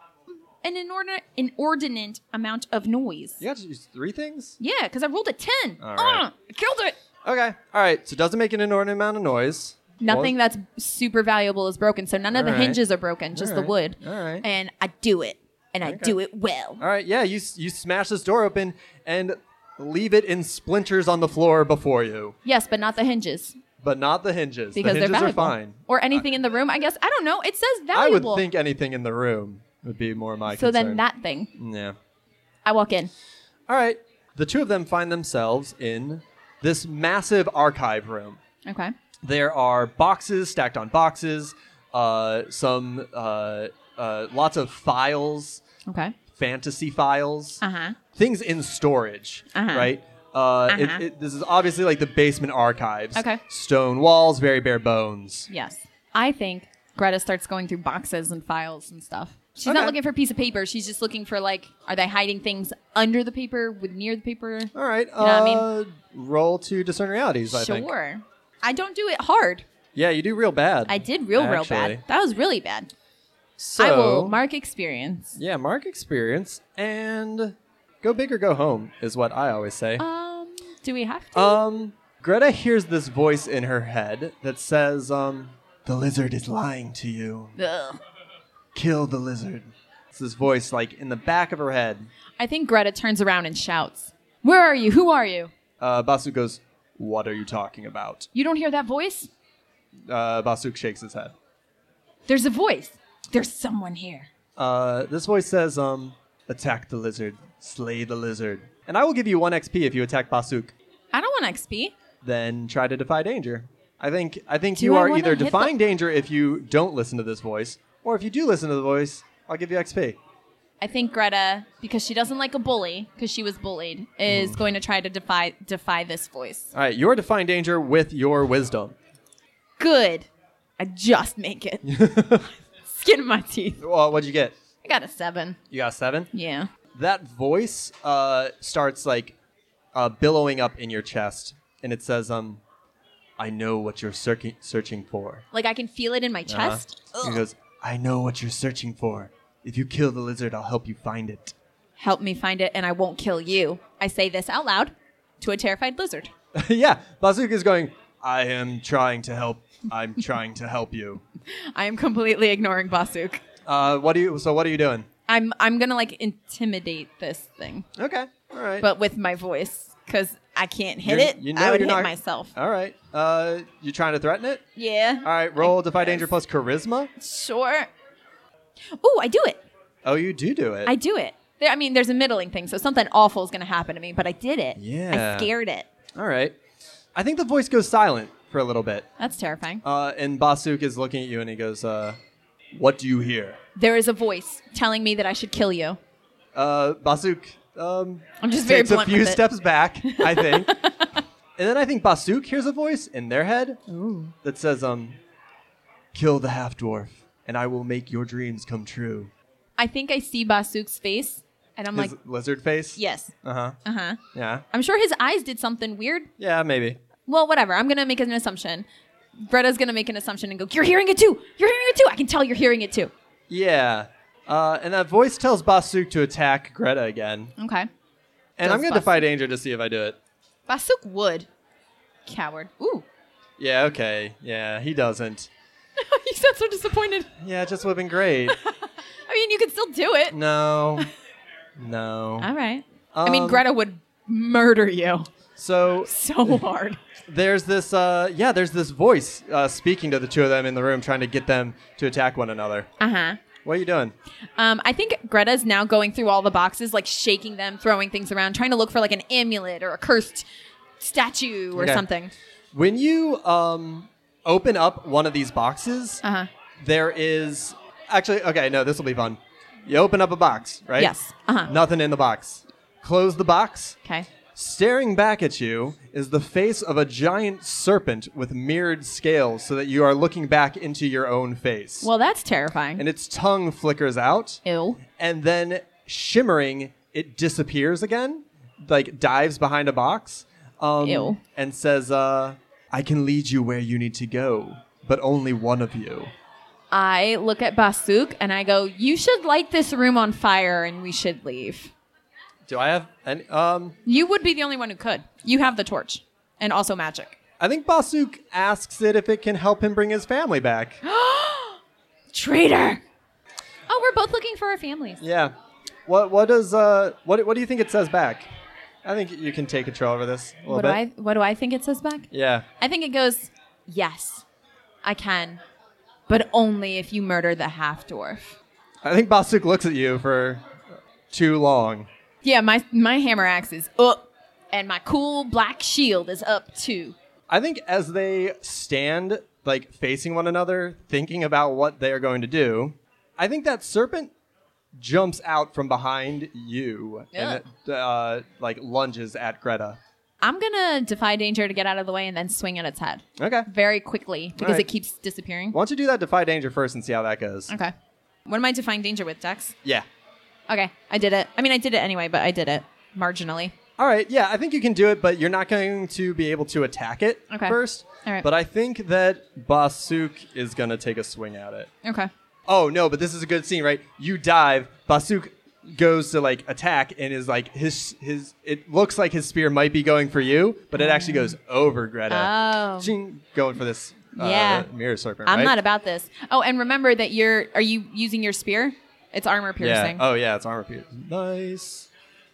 an inordinate, inordinate amount of noise. You got to use three things? Yeah, because I rolled a 10. All Ah, right. I killed it. Okay. All right. So it doesn't make an inordinate amount of noise. Nothing Well, that's super valuable is broken. So none of the All right. hinges are broken, just the right. wood. All right. And I do it. And I Okay. Uh, do it well. All right. Yeah, you, s- you smash this door open and leave it in splinters on the floor before you. Yes, but not the hinges. but not the hinges. because the they're hinges valuable. are fine. Uh, Or anything in the room, I guess. I don't know. It says I would valuable. think anything in the room would be more my so concern. then that thing. Yeah. I walk in. All right. The two of them find themselves in this massive archive room. Okay. There are boxes stacked on boxes, uh, some uh, uh, lots of files, Okay. fantasy files, Uh-huh. things in storage, Uh-huh. right? Uh, it- Uh-huh. it- this is obviously like the basement archives. Okay. Stone walls, very bare bones. Yes. I think Greta starts going through boxes and files and stuff. She's Okay. not looking for a piece of paper. She's just looking for like, are they hiding things under the paper, with near the paper? All right. know what I mean? uh, Roll to discern realities, I sure. think. I don't do it hard. Yeah, you do real bad. I did real, real bad. actually. That was really bad. So, I will mark experience. Yeah, mark experience and go big or go home is what I always say. Um, do we have to? Um, Greta hears this voice in her head that says, um, the lizard is lying to you. Ugh. Kill the lizard. It's this voice like in the back of her head. I think Greta turns around and shouts, Where are you? Who are you? Uh, Basuk goes, what are you talking about? You don't hear that voice? Uh, Basuk shakes his head. There's a voice. There's someone here. Uh, this voice says, um, attack the lizard, slay the lizard. And I will give you one XP if you attack Basuk. I don't want XP. then try to defy danger. I think I think Do you I are wanna either hit the- defying danger if you don't listen to this voice, or if you do listen to the voice, I'll give you XP. I think Greta, because she doesn't like a bully, because she was bullied, Mm. is going to try to defy defy this voice. All right, you're defying danger with your wisdom. Good. I just make it. Skin of my teeth. Well, what'd you get? I got a seven. You got seven. Yeah. That voice uh, starts like uh, billowing up in your chest, and it says, "Um, I know what you're searching searching for." Like I can feel it in Uh-huh. my chest. He goes, "I know what you're searching for. If you kill the lizard, I'll help you find it." Help me find it, and I won't kill you. I say this out loud to a terrified lizard. yeah, Bazooka is going. I am trying to help. I'm trying to help you. I am completely ignoring Basuk. Uh, what do you? So what are you doing? I'm I'm gonna like intimidate this thing, Okay, all right. but with my voice, because I can't hit You're- it. you know I would you're hit not- myself. all right. Uh, you trying to threaten it? yeah. All right. Roll defy danger plus charisma. Sure. Ooh, I do it. Oh, you do do it. I do it. There, I mean, there's a middling thing, so something awful is gonna happen to me, but I did it. Yeah. I scared it. all right. I think the voice goes silent for a little bit, That's terrifying. uh, and Basuk is looking at you and he goes, uh, "What do you hear?" There is a voice telling me that I should kill you. Uh, Basuk. Um, I'm just very takes a blunt few with it. steps back, I think. and then I think Basuk hears a voice in their head that says, um, kill the half dwarf, and I will make your dreams come true. I think I see Basuk's face, and I'm His like, lizard face? yes. Uh huh. Uh huh. Yeah. I'm sure his eyes did something weird. Yeah, maybe. Well, whatever. I'm gonna make an assumption. Greta's gonna make an assumption and go, "You're hearing it too. You're hearing it too. I can tell you're hearing it too." Yeah. Uh, and that voice tells Basuk to attack Greta again. Okay. And Does I'm going to defy danger to see if I do it. Basuk would. Coward. Ooh. Yeah, okay. Yeah, he doesn't. you sound so disappointed. Yeah, it just would have been great. I mean, you could still do it. no. No. All right. I Um, mean, Greta would murder you So so hard. there's this uh yeah there's this voice uh, speaking to the two of them in the room trying to get them to attack one another uh huh. what are you doing Um, I think Greta's now going through all the boxes, like shaking them, throwing things around, trying to look for like an amulet or a cursed statue or Okay. something. when you um open up one of these boxes Uh huh. there is actually okay no this will be fun you open up a box right Yes. Uh-huh. nothing in the box close the box Okay. staring back at you is the face of a giant serpent with mirrored scales so that you are looking back into your own face Well, that's terrifying. and its tongue flickers out Ew. and then shimmering, it disappears again, like dives behind a box, um, Ew. and says, uh, "I can lead you where you need to go, but only one of you." I look at Basuk and I go, "You should light this room on fire and we should leave." Do I have? Any, um, You would be the only one who could. You have the torch and also magic. I think Basuk asks it if it can help him bring his family back. Traitor. Oh, we're both looking for our families. yeah. What What does uh What What do you think it says back? I think you can take control over this a little What do bit. I what do I think it says back? Yeah. I think it goes, Yes, I can. But only if you murder the half dwarf. I think Basuk looks at you for too long. Yeah, my, my hammer axe is up, and my cool black shield is up too. I think as they stand, like facing one another, thinking about what they are going to do, I think that serpent jumps out from behind you and it, uh, like lunges at Greta. I'm gonna defy danger to get out of the way and then swing at its head Okay. very quickly because Alright. it keeps disappearing. Why don't you do that defy danger first and see how that goes? Okay. What am I defying danger with, Dex? Yeah. Okay, I did it. I mean, I did it anyway, but I did it marginally. All right. Yeah, I think you can do it, but you're not going to be able to attack it Okay. first. All right. But I think that Basuk is going to take a swing at it. Okay. oh no, but this is a good scene, right? You dive, Basuk goes to like attack and is like his his it looks like his spear might be going for you, but it actually goes over Greta. Mm. Oh. Ching, going for this uh, Yeah. mirror serpent, I'm right? not about this. Oh, and remember that you're. Are you using your spear? It's armor yeah. piercing. Oh yeah, it's armor piercing. Nice.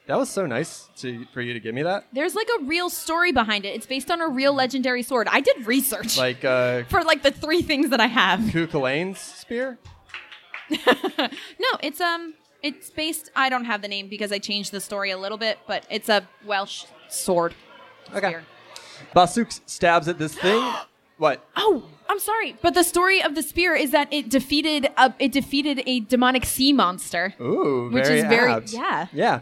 That was so nice to for you to give me that. There's like a real story behind it. It's based on a real legendary sword. I did research Like uh for like the three things that I have. Kukulain's spear? No, it's um, it's based. I don't have the name because I changed the story a little bit, but it's a Welsh sword. Okay. Spear. Basuk s- stabs at this thing. what? Oh, I'm sorry, but the story of the spear is that it defeated a it defeated a demonic sea monster. Ooh, Which very is very- apt. yeah. yeah.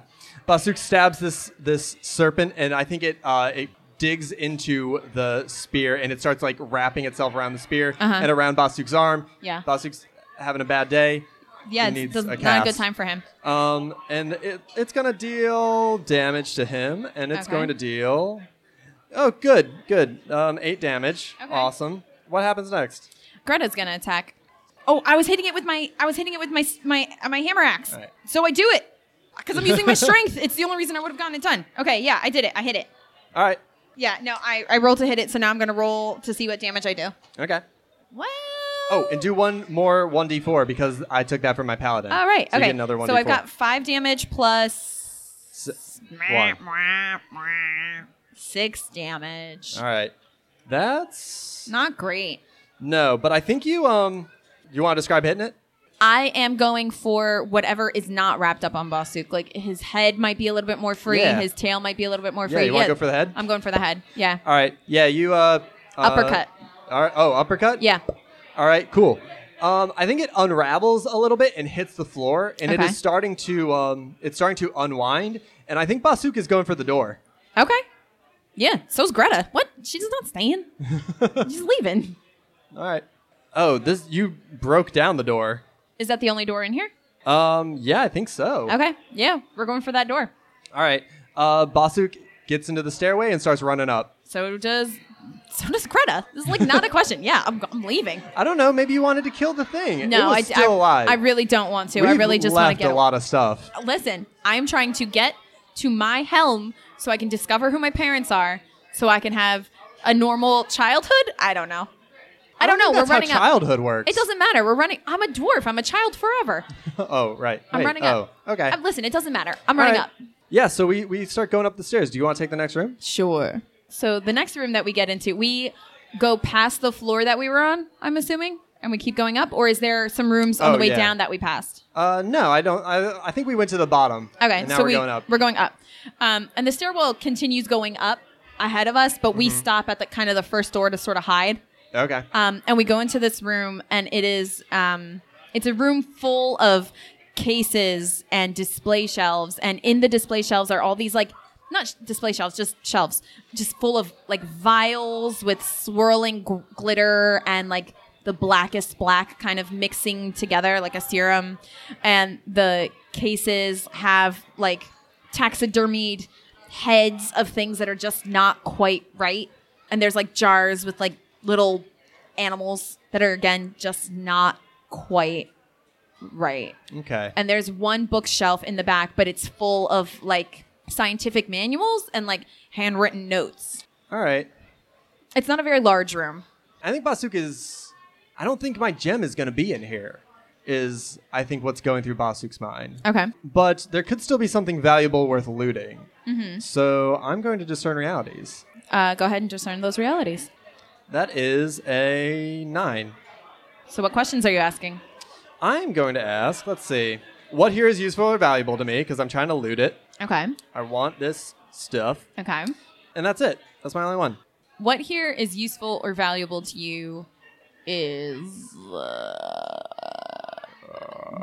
Basuk stabs this this serpent, and I think it uh, it digs into the spear, and it starts like wrapping itself around the spear Uh-huh. and around Basuk's arm. Yeah. Basuk's having a bad day. Yeah, He it's needs does- a not a good cast. time for him. Um, and it, it's gonna deal damage to him, and it's Okay. going to deal. Oh, good, good. Um, eight damage. Okay. Awesome. What happens next? Greta's gonna attack. Oh, I was hitting it with my I was hitting it with my s- my uh, my hammer axe. All right. So I do it because I'm using my strength. It's the only reason I would have gotten it done. Okay, yeah, I did it. I hit it. All right. Yeah, no, I I rolled to hit it. So now I'm gonna roll to see what damage I do. Okay. Well. Oh, and do one more 1d4 because I took that from my paladin. All right. So you okay. get another 1d4. so I've got five damage plus S- one. six damage. All right. That's Not great. no, but I think you um you want to describe hitting it? I am going for whatever is not wrapped up on Basuk. Like his head might be a little bit more free, Yeah. his tail might be a little bit more Yeah, free. you wanna go for the head? I'm going for the head. Yeah. All right. Yeah, you uh, uh Uppercut. All right. Oh, uppercut? Yeah. All right, cool. Um, I think it unravels a little bit and hits the floor and it Okay. is starting to um it's starting to unwind and I think Basuk is going for the door. Okay. Yeah. So's Greta. What? She's not staying. She's leaving. All right. Oh, this you broke down the door. Is that the only door in here? Um yeah, I think so. Okay. Yeah. We're going for that door. All right. Uh Basuk gets into the stairway and starts running up. So does so does Greta. This is like not a question. Yeah, I'm, I'm leaving. I don't know, maybe you wanted to kill the thing. No, it was I, still I, alive. I really don't want to. I We've really just want left to get a lot of stuff. listen, I'm trying to get to my helm so I can discover who my parents are, so I can have a normal childhood. I don't know. I don't, think know. We're That's how running out. childhood works. It doesn't matter. We're running. I'm a dwarf. I'm a child forever. oh, right. I'm Wait, running oh, up. Okay. Uh, listen, it doesn't matter. I'm All running right. up. Yeah. So we we start going up the stairs. Do you want to take the next room? Sure. So the next room that we get into, we go past the floor that we were on. I'm assuming, and we keep going up. Or is there some rooms on Oh, the way yeah. down that we passed? Uh, no, I don't. I I think we went to the bottom. Okay, And now so we're we, going up. We're going up, um, and the stairwell continues going up ahead of us, but we Mm-hmm. stop at the kind of the first door to sort of hide, okay. um, and we go into this room, and it is um, it's a room full of cases and display shelves, and in the display shelves are all these like not sh- display shelves, just shelves, just full of like vials with swirling g- glitter and like the blackest black kind of mixing together like a serum and the cases have like taxidermied heads of things that are just not quite right and there's like jars with like little animals that are again just not quite right okay. and there's one bookshelf in the back but it's full of like scientific manuals and like handwritten notes All right. it's not a very large room I think Basuk is. I don't think my gem is going to be in here. Is I think what's going through Basuk's mind. okay But there could still be something valuable worth Mm-hmm. looting. So I'm going to discern realities. uh, go ahead and discern those realities That is a nine. So, what questions are you asking? I'm going to ask, let's see, what here is useful or valuable to me because I'm trying to loot it. Okay. I want this stuff. Okay. And that's it. That's my only one. What here is useful or valuable to you is uh,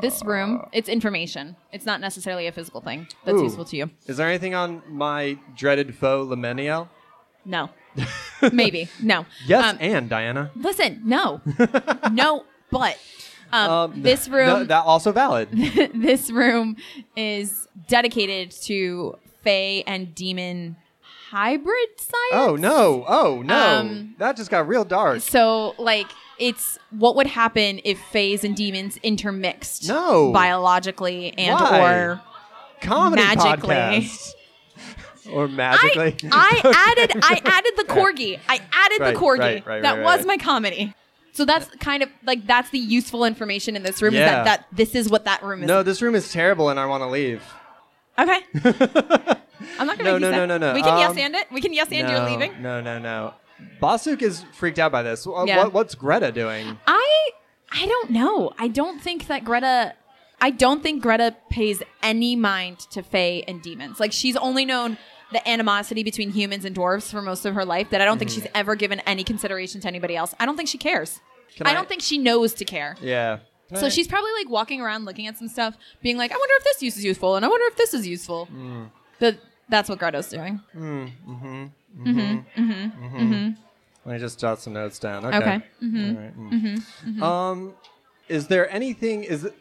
this room. It's information. It's not necessarily a physical thing that's Ooh. useful to you. Is there anything on my dreaded foe, Lemeniel? No. Maybe. No. Yes, Um, and Diana. listen, no. no, but um, Um, this th- room that also valid. this room is dedicated to fey and demon hybrid science. oh, no. Oh, no. Um, that just got real dark. So like it's what would happen if fays and demons intermixed No. biologically and Why? or Comedy magically. podcast. or I, magically. I added I added the corgi. I added Right, the corgi. right, right, that right, was right. my comedy. So that's kind of like that's the useful information in this room is Yeah. that, that this is what that room is. no, this room is terrible and I want to leave. Okay. I'm not gonna No, use no, that. no, no, no. We can yes Um, and it. We can yes and no, you're leaving. No, no, no. Basuk is freaked out by this. Wha- Yeah. what- what's Greta doing? I I don't know. I don't think that Greta I don't think Greta pays any mind to Fae and demons. Like she's only known the animosity between humans and dwarves for most of her life that I don't think she's ever given any consideration to anybody else. I don't think she cares. Can I, I- don't think she knows to care. Yeah. So she's probably like walking around looking at some stuff, being like, I wonder if this use is useful and I wonder if this is useful. But that's what Greta's doing. Let me just jot some notes down. Okay. Okay. Mm-hmm. All right. Mm. Um, is there anything? Is it-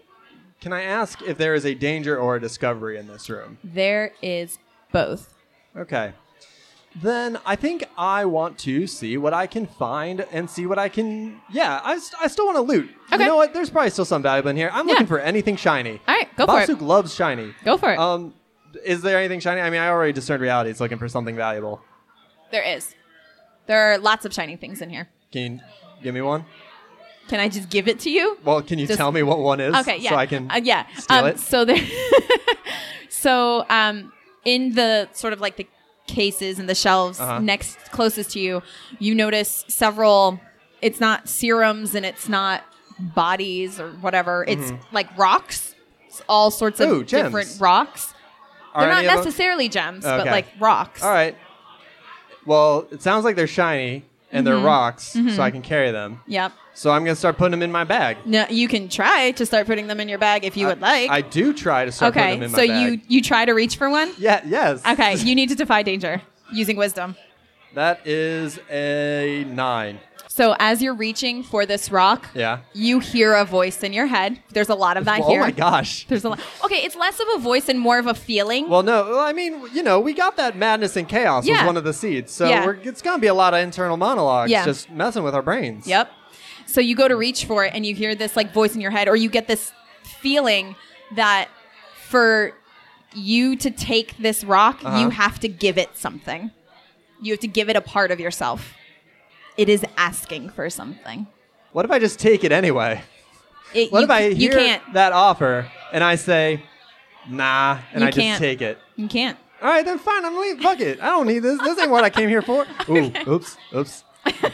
can I ask if there is a danger or a discovery in this room? There is both. Okay. Then I think I want to see what I can find and see what I can. Yeah, I, st- I still want to loot. Okay. You know what? There's probably still some valuable in here. I'm Yeah. looking for anything shiny. All right, go for it. Basuk loves shiny. Go for it. Um, is there anything shiny? I mean, I already discerned reality. It's looking for something valuable. There is. There are lots of shiny things in here. Can you give me one? Can I just give it to you? Well, can you Just- tell me what one is? Okay, yeah. So I can. Uh, yeah. steal um, it? So there. so um, in the sort of like the cases and the shelves Uh-huh. next closest to you, you notice several. It's not serums and it's not bodies or whatever. It's like rocks. It's all sorts of Mm-hmm. Ooh, gems. different rocks. Are They're not any of them- necessarily gems, but Okay. like rocks. All right. Well, it sounds like they're shiny and Mm-hmm. they're rocks, so I can carry them. Yep. So I'm gonna start putting them in my bag. No, you can try to start putting them in your bag if you would I- like. I do try to start putting okay, them in my so bag. you you try to reach for one. Yeah. Yes. Okay, you need to defy danger using wisdom. That is a nine. So as you're reaching for this rock, Yeah. you hear a voice in your head. There's a lot of that Well, here. Oh my gosh. There's a lot. Okay, it's less of a voice and more of a feeling. Well, no, well, I mean, you know, we got that madness and chaos was Yeah. one of the seeds, so Yeah. we're, it's gonna be a lot of internal monologues, Yeah. just messing with our brains. yep. So you go to reach for it and you hear this like voice in your head or you get this feeling that for you to take this rock, Uh-huh. you have to give it something. You have to give it a part of yourself. It is asking for something. What if I just take it anyway? It, What you, if I you hear can't that offer and I say, nah, and You I can't. just take it? you can't. All right, then fine. I'm leaving. Fuck it. I don't need this. This ain't what I came here for. Ooh, oops, oops.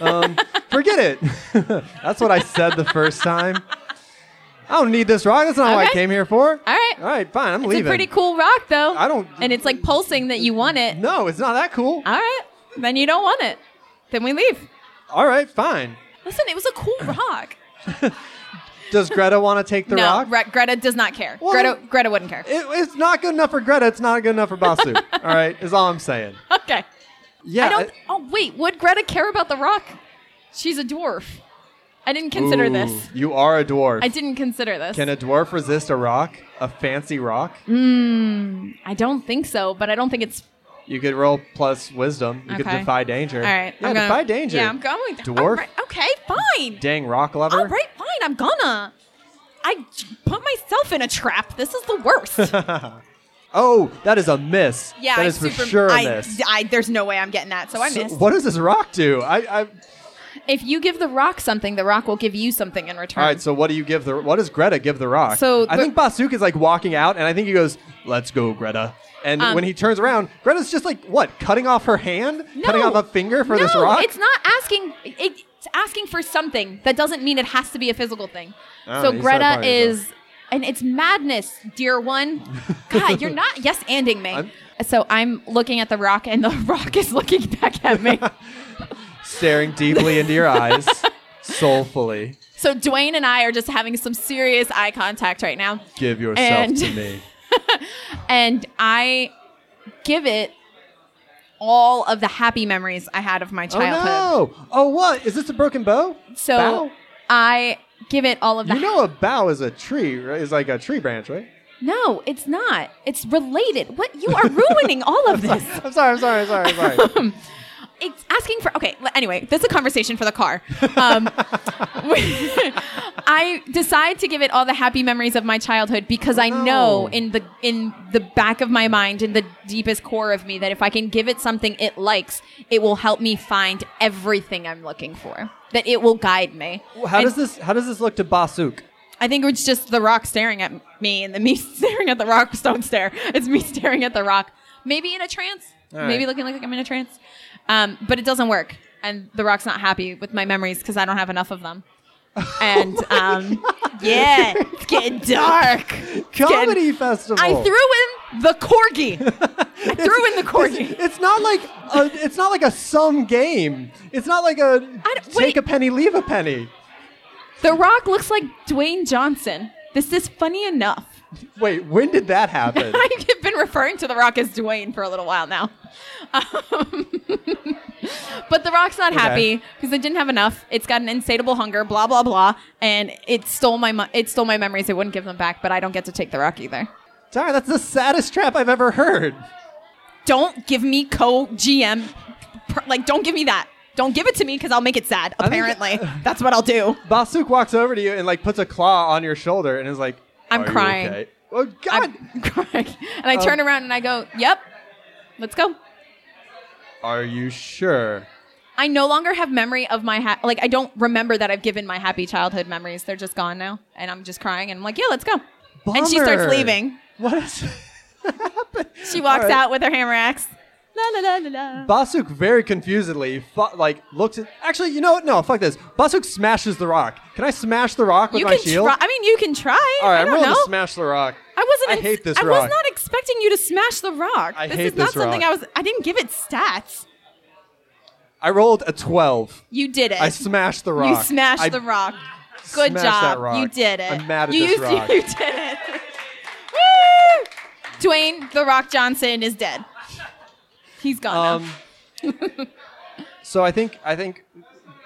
Um, forget it. That's what I said the first time. I don't need this rock. That's not what I Okay. came here for. All right. All right, fine. I'm It's leaving. a pretty cool rock, though. I don't- And it's like pulsing that you want it. No, it's not that cool. All right, then you don't want it. Then we leave. All right, fine. Listen, it was a cool rock. Does Greta want to take the no, rock? Gre- Greta does not care. Well, Greta, then- Greta wouldn't care. It, it's not good enough for Greta. It's not good enough for Basu. all right, is all I'm saying. Okay. Yeah. I don't. it- oh wait, would Greta care about the rock? She's a dwarf. I didn't consider Ooh, this. You are a dwarf. I didn't consider this. Can a dwarf resist a rock? A fancy rock? Mm. I don't think so, but I don't think it's. You could roll plus wisdom. You could Okay. defy danger. All right. Yeah, I'm gonna- defy danger. Yeah, I'm going. Dwarf? Alright, okay, fine. Dang rock lover. All right, fine. I'm gonna. I j- put myself in a trap. This is the worst. Oh, that is a miss. Yeah, that I is for super- sure a I, miss. I- there's no way I'm getting that, so I So missed. what does this rock do? I, I If you give the rock something, the rock will give you something in return. All right, so what do you give the? What does Greta give the rock? So I the- think Basuk is like walking out, and I think he goes, "Let's go, Greta." And Um, when he turns around, Greta's just like what, cutting off her hand, cutting No. off a finger for this No, rock. It's not asking. It's asking for something that doesn't mean it has to be a physical thing. Oh, so you said Greta probably so. is, and it's madness, dear one. God, you're not yes anding me. I'm- so I'm looking at the rock, and the rock is looking back at me. Staring deeply into your eyes, soulfully, so Dwayne and I are just having some serious eye contact right now, give yourself And- to me. and I give it all of the happy memories I had of my childhood. Oh no! Oh what? Is this a broken bow? So Bow? I give it all of the you know a bough is a tree, right? Is like a tree branch, right? No, it's not. It's related. What you are ruining all of this. I'm sorry. I'm sorry. I'm sorry. I'm sorry. Um, It's asking for okay. l- Anyway, that's a conversation for the car. Um, I decide to give it all the happy memories of my childhood because I know No. in the in the back of my mind, in the deepest core of me, that if I can give it something it likes, it will help me find everything I'm looking for. That it will guide me. how And does this? How does this look to Basuk? I think it's just the rock staring at me, and the me staring at the rock don't stare. It's me staring at the rock, maybe in a trance, All right. maybe looking like I'm in a trance. Um, but it doesn't work, and the rock's not happy with my memories because I don't have enough of them. And Oh um, yeah, it's getting dark. Comedy festival. I threw in the corgi. I threw in the corgi. It's, it's not like a, it's not like a sum game. It's not like a don't- take wait. a penny, leave a penny. The rock looks like Dwayne Johnson. This is funny enough. Wait, when did that happen? I've been referring to The Rock as Dwayne for a little while now. Um, but The Rock's not happy because I didn't have enough. It's got an insatiable hunger, blah blah blah, and it stole my mo- it stole my memories. It wouldn't give them back, but I don't get to take The Rock either. Sorry, that's the saddest trap I've ever heard. Don't give me co GM, per- like don't give me that. Don't give it to me because I'll make it sad. think- Apparently, that's what I'll do. Basuk walks over to you and like puts a claw on your shoulder and is like, I'm "Are you crying. okay?" Oh God, I'm crying, and I turn around and I go, "Yep, let's go." are you sure? I no longer have memory of my ha- like I don't remember that I've given my happy childhood memories. They're just gone now, and I'm just crying. And I'm like, yeah, let's go. And she starts Bummer. leaving. What is? She walks All right. out with her hammer axe. La la la la la. Basuk very confusedly, fu- like looks at. Actually, you know what? No, fuck this. Basuk smashes the rock. Can I smash the rock with You my can shield? try. I mean, you can try. All right, I I'm don't willing know. to smash the rock. I wasn't. I hate this I rock. was not expecting you to smash the rock. I this hate is not this something rock. I was. I didn't give it stats. I rolled a 12. You did it. I smashed the rock. You smashed I the rock. Good smashed job. that rock. You did it. I'm mad at you this used- rock. You did it. Woo! Dwayne the Rock Johnson is dead. He's gone. now. Um, so I think I think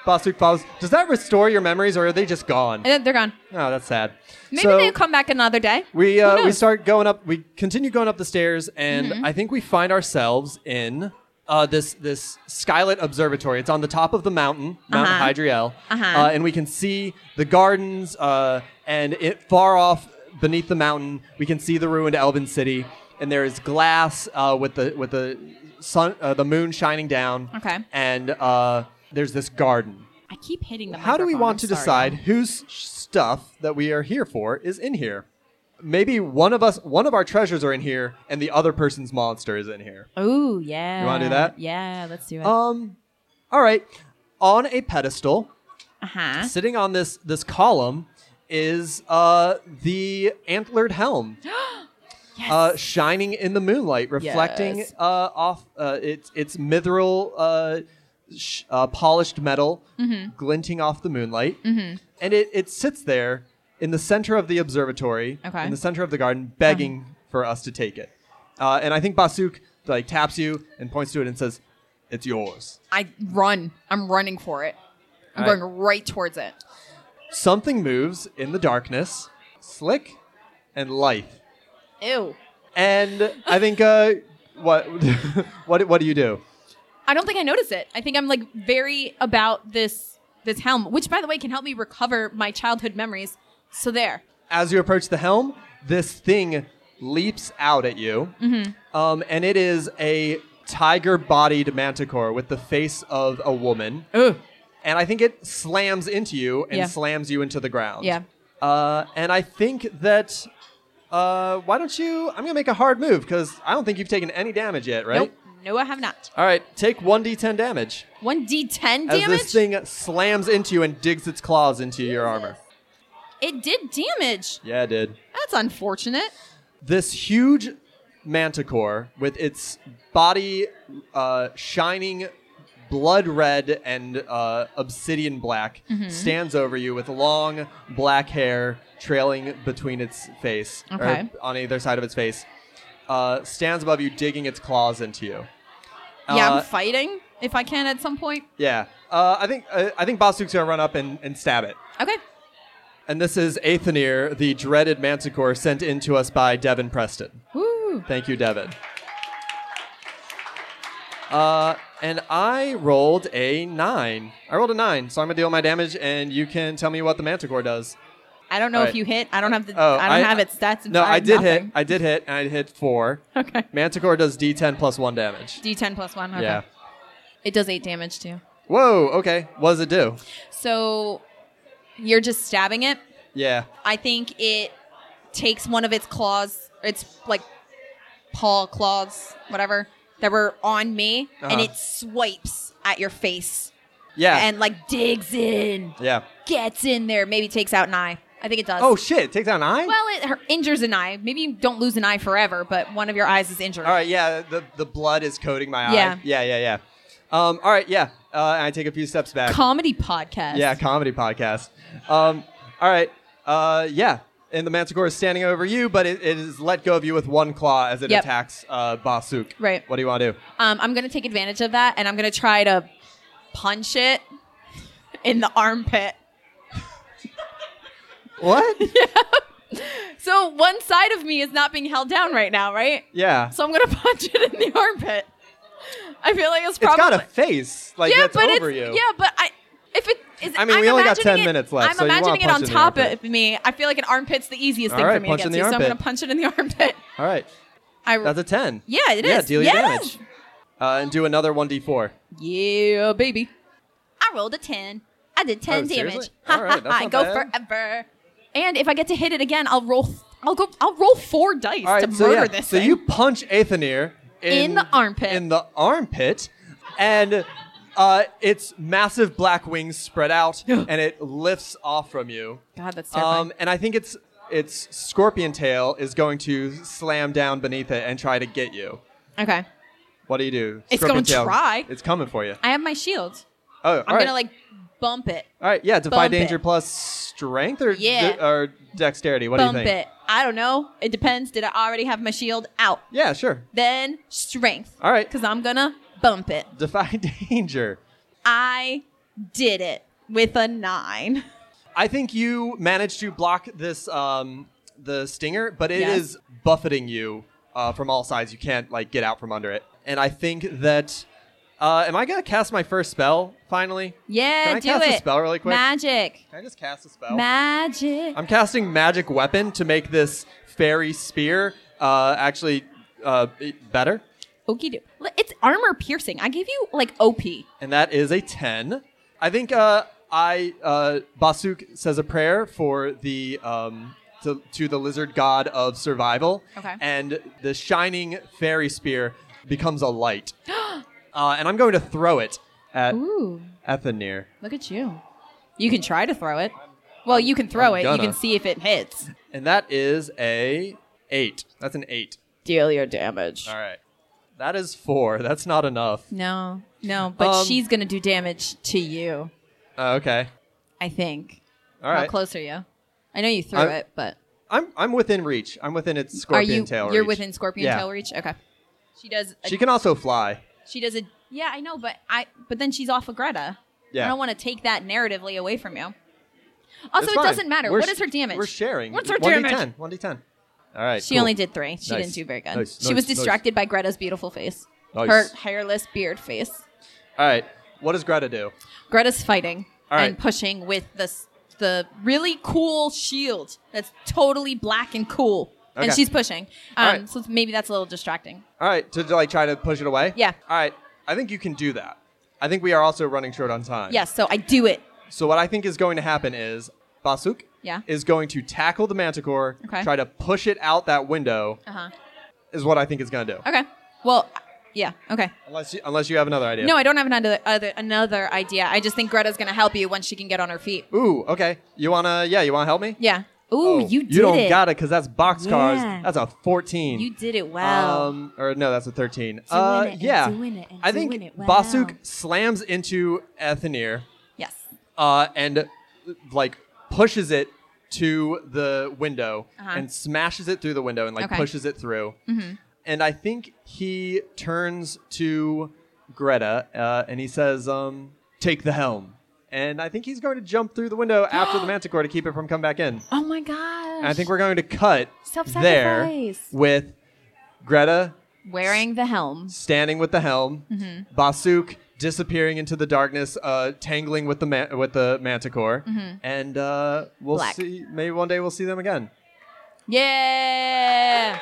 Basuk follows. Does that restore your memories, or are they just gone? And then they're gone. No, that's sad. Uh, Maybe so they'll come back another day. We Who uh, we knows? Mm-hmm. start going up. We continue going up the stairs, and I think we find ourselves in uh, this this skylit observatory. It's on the top of the mountain, Mount Uh-huh. Hydriel, Uh-huh. uh, and we can see the gardens. Uh, and it far off beneath the mountain, we can see the ruined Elven city, and there is glass uh, with the with the sun, uh, the moon shining down. Okay. and uh, there's this garden. I keep hitting them. How do we want to decide whose stuff that we are here for is in here? Maybe one of us, one of our treasures are in here, and the other person's monster is in here. Oh yeah. You wanna do that? Yeah, let's do it. Um, all right. On a pedestal, uh huh. sitting on this this column, is uh the antlered helm, uh, shining in the moonlight, reflecting Yes. uh, off uh, its its mithril uh, sh- uh, polished metal, Mm-hmm. glinting off the moonlight, and it it sits there in the center of the observatory, Okay. Uh-huh. in the center of the garden, begging for us to take it. Uh, and I think Basuk like taps you and points to it and says, "It's yours." I run. I'm running for it. I'm All right. going right towards it. Something moves in the darkness, slick and lithe. Ew. And I think uh, what what what do you do? I don't think I notice it. I think I'm like very about this this helm, which by the way can help me recover my childhood memories. So there. As you approach the helm, this thing leaps out at you, Mm-hmm. um, and it is a tiger-bodied manticore with the face of a woman. Ugh. and I think it slams into you and Oh. Yeah. slams you into the ground. Yeah. Uh, and I think that. Uh, why don't you? I'm gonna make a hard move because I don't think you've taken any damage yet, right? Nope. No, I have not. All right, take one d10 damage, One D10 as damage. this thing slams into you and digs its claws into your armor. it did damage. Yeah, it did. That's unfortunate. this huge manticore with its body uh, shining blood red and uh, obsidian black Mm-hmm. stands over you with long black hair trailing between its face or Okay. on either side of its face uh, stands above you digging its claws into you yeah, Uh, I'm fighting if I can at some point. yeah uh, i think uh, i think basuk's gonna run up and, and stab it Okay. and this is Aethanir, the dreaded manticore sent in to us by devin preston Woo. Thank you, Devin. Uh, and I rolled a nine. I rolled a nine, so I'm gonna deal my damage, and you can tell me what the manticore does. I don't know if Alright. you hit. I don't have the. Oh, I don't have its stats. in No, front. I have did hit. nothing. I did hit, and I hit four. Okay. Manticore does D10 plus one damage. D10 plus one. Okay. Yeah. It does eight damage too. Whoa. Okay. What does it do? So you're just stabbing it. Yeah. I think it takes one of its claws, its like paw claws, whatever, that were on me, and Uh-huh. it swipes at your face Yeah. and like digs in, yeah. gets in there, maybe takes out an eye. I think it does. Oh shit! It takes out an eye. well, it hur- injures an eye. Maybe you don't lose an eye forever, but one of your eyes is injured. All right, yeah, the, the blood is coating my eye. Yeah. yeah, yeah, yeah. Um, all right, yeah. Uh, I take a few steps back. Comedy podcast. Yeah, comedy podcast. Um, all right. Uh, yeah. And the manticore is standing over you, but it, it is let go of you with one claw as it Yep. attacks uh, Basuk. Right. What do you want to do? Um, I'm gonna take advantage of that, and I'm gonna try to punch it in the armpit. What? So one side of me is not being held down right now, right? yeah. So I'm gonna punch it in the armpit. I feel like it's it's probably got a face. Like, yeah, that's but over it's, you. yeah, but I if it is. I mean, I'm we only got imagining 10 it- minutes left, I'm so you wanna imagining it punch on it in the top of armpit. me. I feel like an armpit's the easiest All thing right, for me to punch get in to, the so I'm gonna armpit. punch it in the armpit. All right. I That's a 10. yeah, it is. Yeah, deal your Yes. damage. Uh, and do another 1d4. Yeah, baby. I rolled a 10. I did 10 Oh, seriously? damage. All right, that's I not go bad. forever. And if I get to hit it again, I'll roll. I'll go. I'll roll four dice All right, to so murder yeah, this so thing. you punch Athanir in, In the armpit. in the armpit, and uh, its massive black wings spread out, and it lifts off from you. God, that's terrifying. Um, and I think its its scorpion tail is going to slam down beneath it and try to get you. okay, What do you do? It's Scorpion gonna tail. try. It's coming for you. I have my shield. Oh, I'm gonna like bump it. all right, yeah. Defy bump danger it. plus strength or Yeah. de- or dexterity. What bump do you think? it. I don't know. It depends. Did I already have my shield out? Yeah, sure. Then strength. All right. Because I'm gonna bump it. Defy danger. I did it with a nine. I think you managed to block this um, the stinger, but it is Yes. buffeting you uh, from all sides. You can't like get out from under it. And I think that uh, am I gonna cast my first spell finally? Yeah, Can I do cast a it. spell really quick? Magic. Can I just cast a spell? Magic. I'm casting magic weapon to make this fairy spear uh, actually uh, e- better, Okie do. It's armor piercing. I gave you like OP. and that is a ten. I think uh, I uh, Basuk says a prayer for the um, to, to the lizard god of survival, Okay. and the shining fairy spear becomes a light, uh, and I'm going to throw it at Ooh, Ethanir. look at you. You can try to throw it. Well, you can throw I'm it. gonna. You can see if it hits. and that is a eight. That's an eight. Deal your damage. All right, that is four. That's not enough. No, no, but Um, she's gonna do damage to you. Oh, okay. I think. All How right. close are you? I know you threw I- it, but I'm I'm within reach. I'm within its are scorpion you? tail. you're reach. within scorpion Yeah. tail reach. Okay. She does. A, She she, can also fly. does a. Yeah, I know, but I. But then she's off of Greta. Yeah. I don't want to take that narratively away from you. Also, It's it fine. doesn't matter. We're what sh- is her damage? We're sharing. What's her 1d10, damage? 1d10. All right. She cool. only did three. She Nice. didn't do very good. Nice, she nice, was nice. distracted by Greta's beautiful face. Nice. Her hairless beard face. All right. What does Greta do? Greta's fighting All right. and pushing with this the really cool shield that's totally black and cool. Okay. And she's pushing. All Um, right. So maybe that's a little distracting. All right. To like try to push it away. Yeah. All right. I think you can do that. I think we are also running short on time. Yes, so I do it. So what I think is going to happen is Basuk Yeah. is going to tackle the manticore, Okay. try to push it out that window Uh huh. is what I think it's going to do. Okay. Well, yeah. Okay. Unless you, unless you have another idea. No, I don't have another other, another idea. I just think Greta's gonna help you once she can get on her feet. Ooh, okay. You want to yeah, you want to help me? Yeah. Ooh, Oh, you did You don't it. got it cuz that's boxcars. Yeah. That's a 14. You did it well. Um, or no, that's a 13. uh, it and yeah. doing it and I think doing it well. Basuk slams into Athenir Yes. uh, and like pushes it to the window Uh-huh. and smashes it through the window and like Okay. pushes it through. Mm-hmm. And I think he turns to Greta uh, and he says, um, "Take the helm." And I think he's going to jump through the window after the manticore to keep it from coming back in. Oh my gosh. And I think we're going to cut there Self-sacrifice. with Greta wearing the helm. standing with the helm, Basuk disappearing into the darkness, uh, tangling with the man- with the manticore, and uh, we'll Black. see. Maybe one day we'll see them again. Yeah.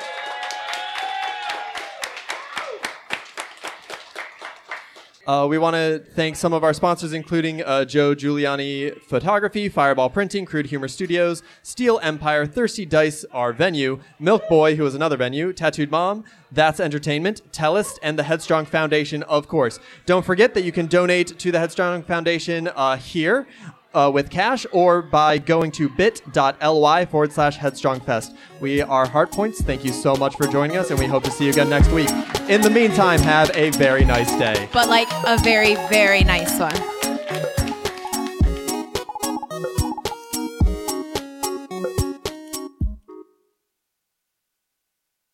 Uh, we want to thank some of our sponsors, including uh, Joe Giuliani Photography, Fireball Printing, Crude Humor Studios, Steel Empire, Thirsty Dice, our venue, Milk Boy, who is another venue, Tattooed Mom, That's Entertainment, Tellist, and the Headstrong Foundation, of course. Don't forget that you can donate to the Headstrong Foundation uh, here. Uh, with cash or by going to bit.ly forward slash headstrongfest. We are Heart Points. Thank you so much for joining us, and we hope to see you again next week. In the meantime, have a very nice day. But like a very, very nice one.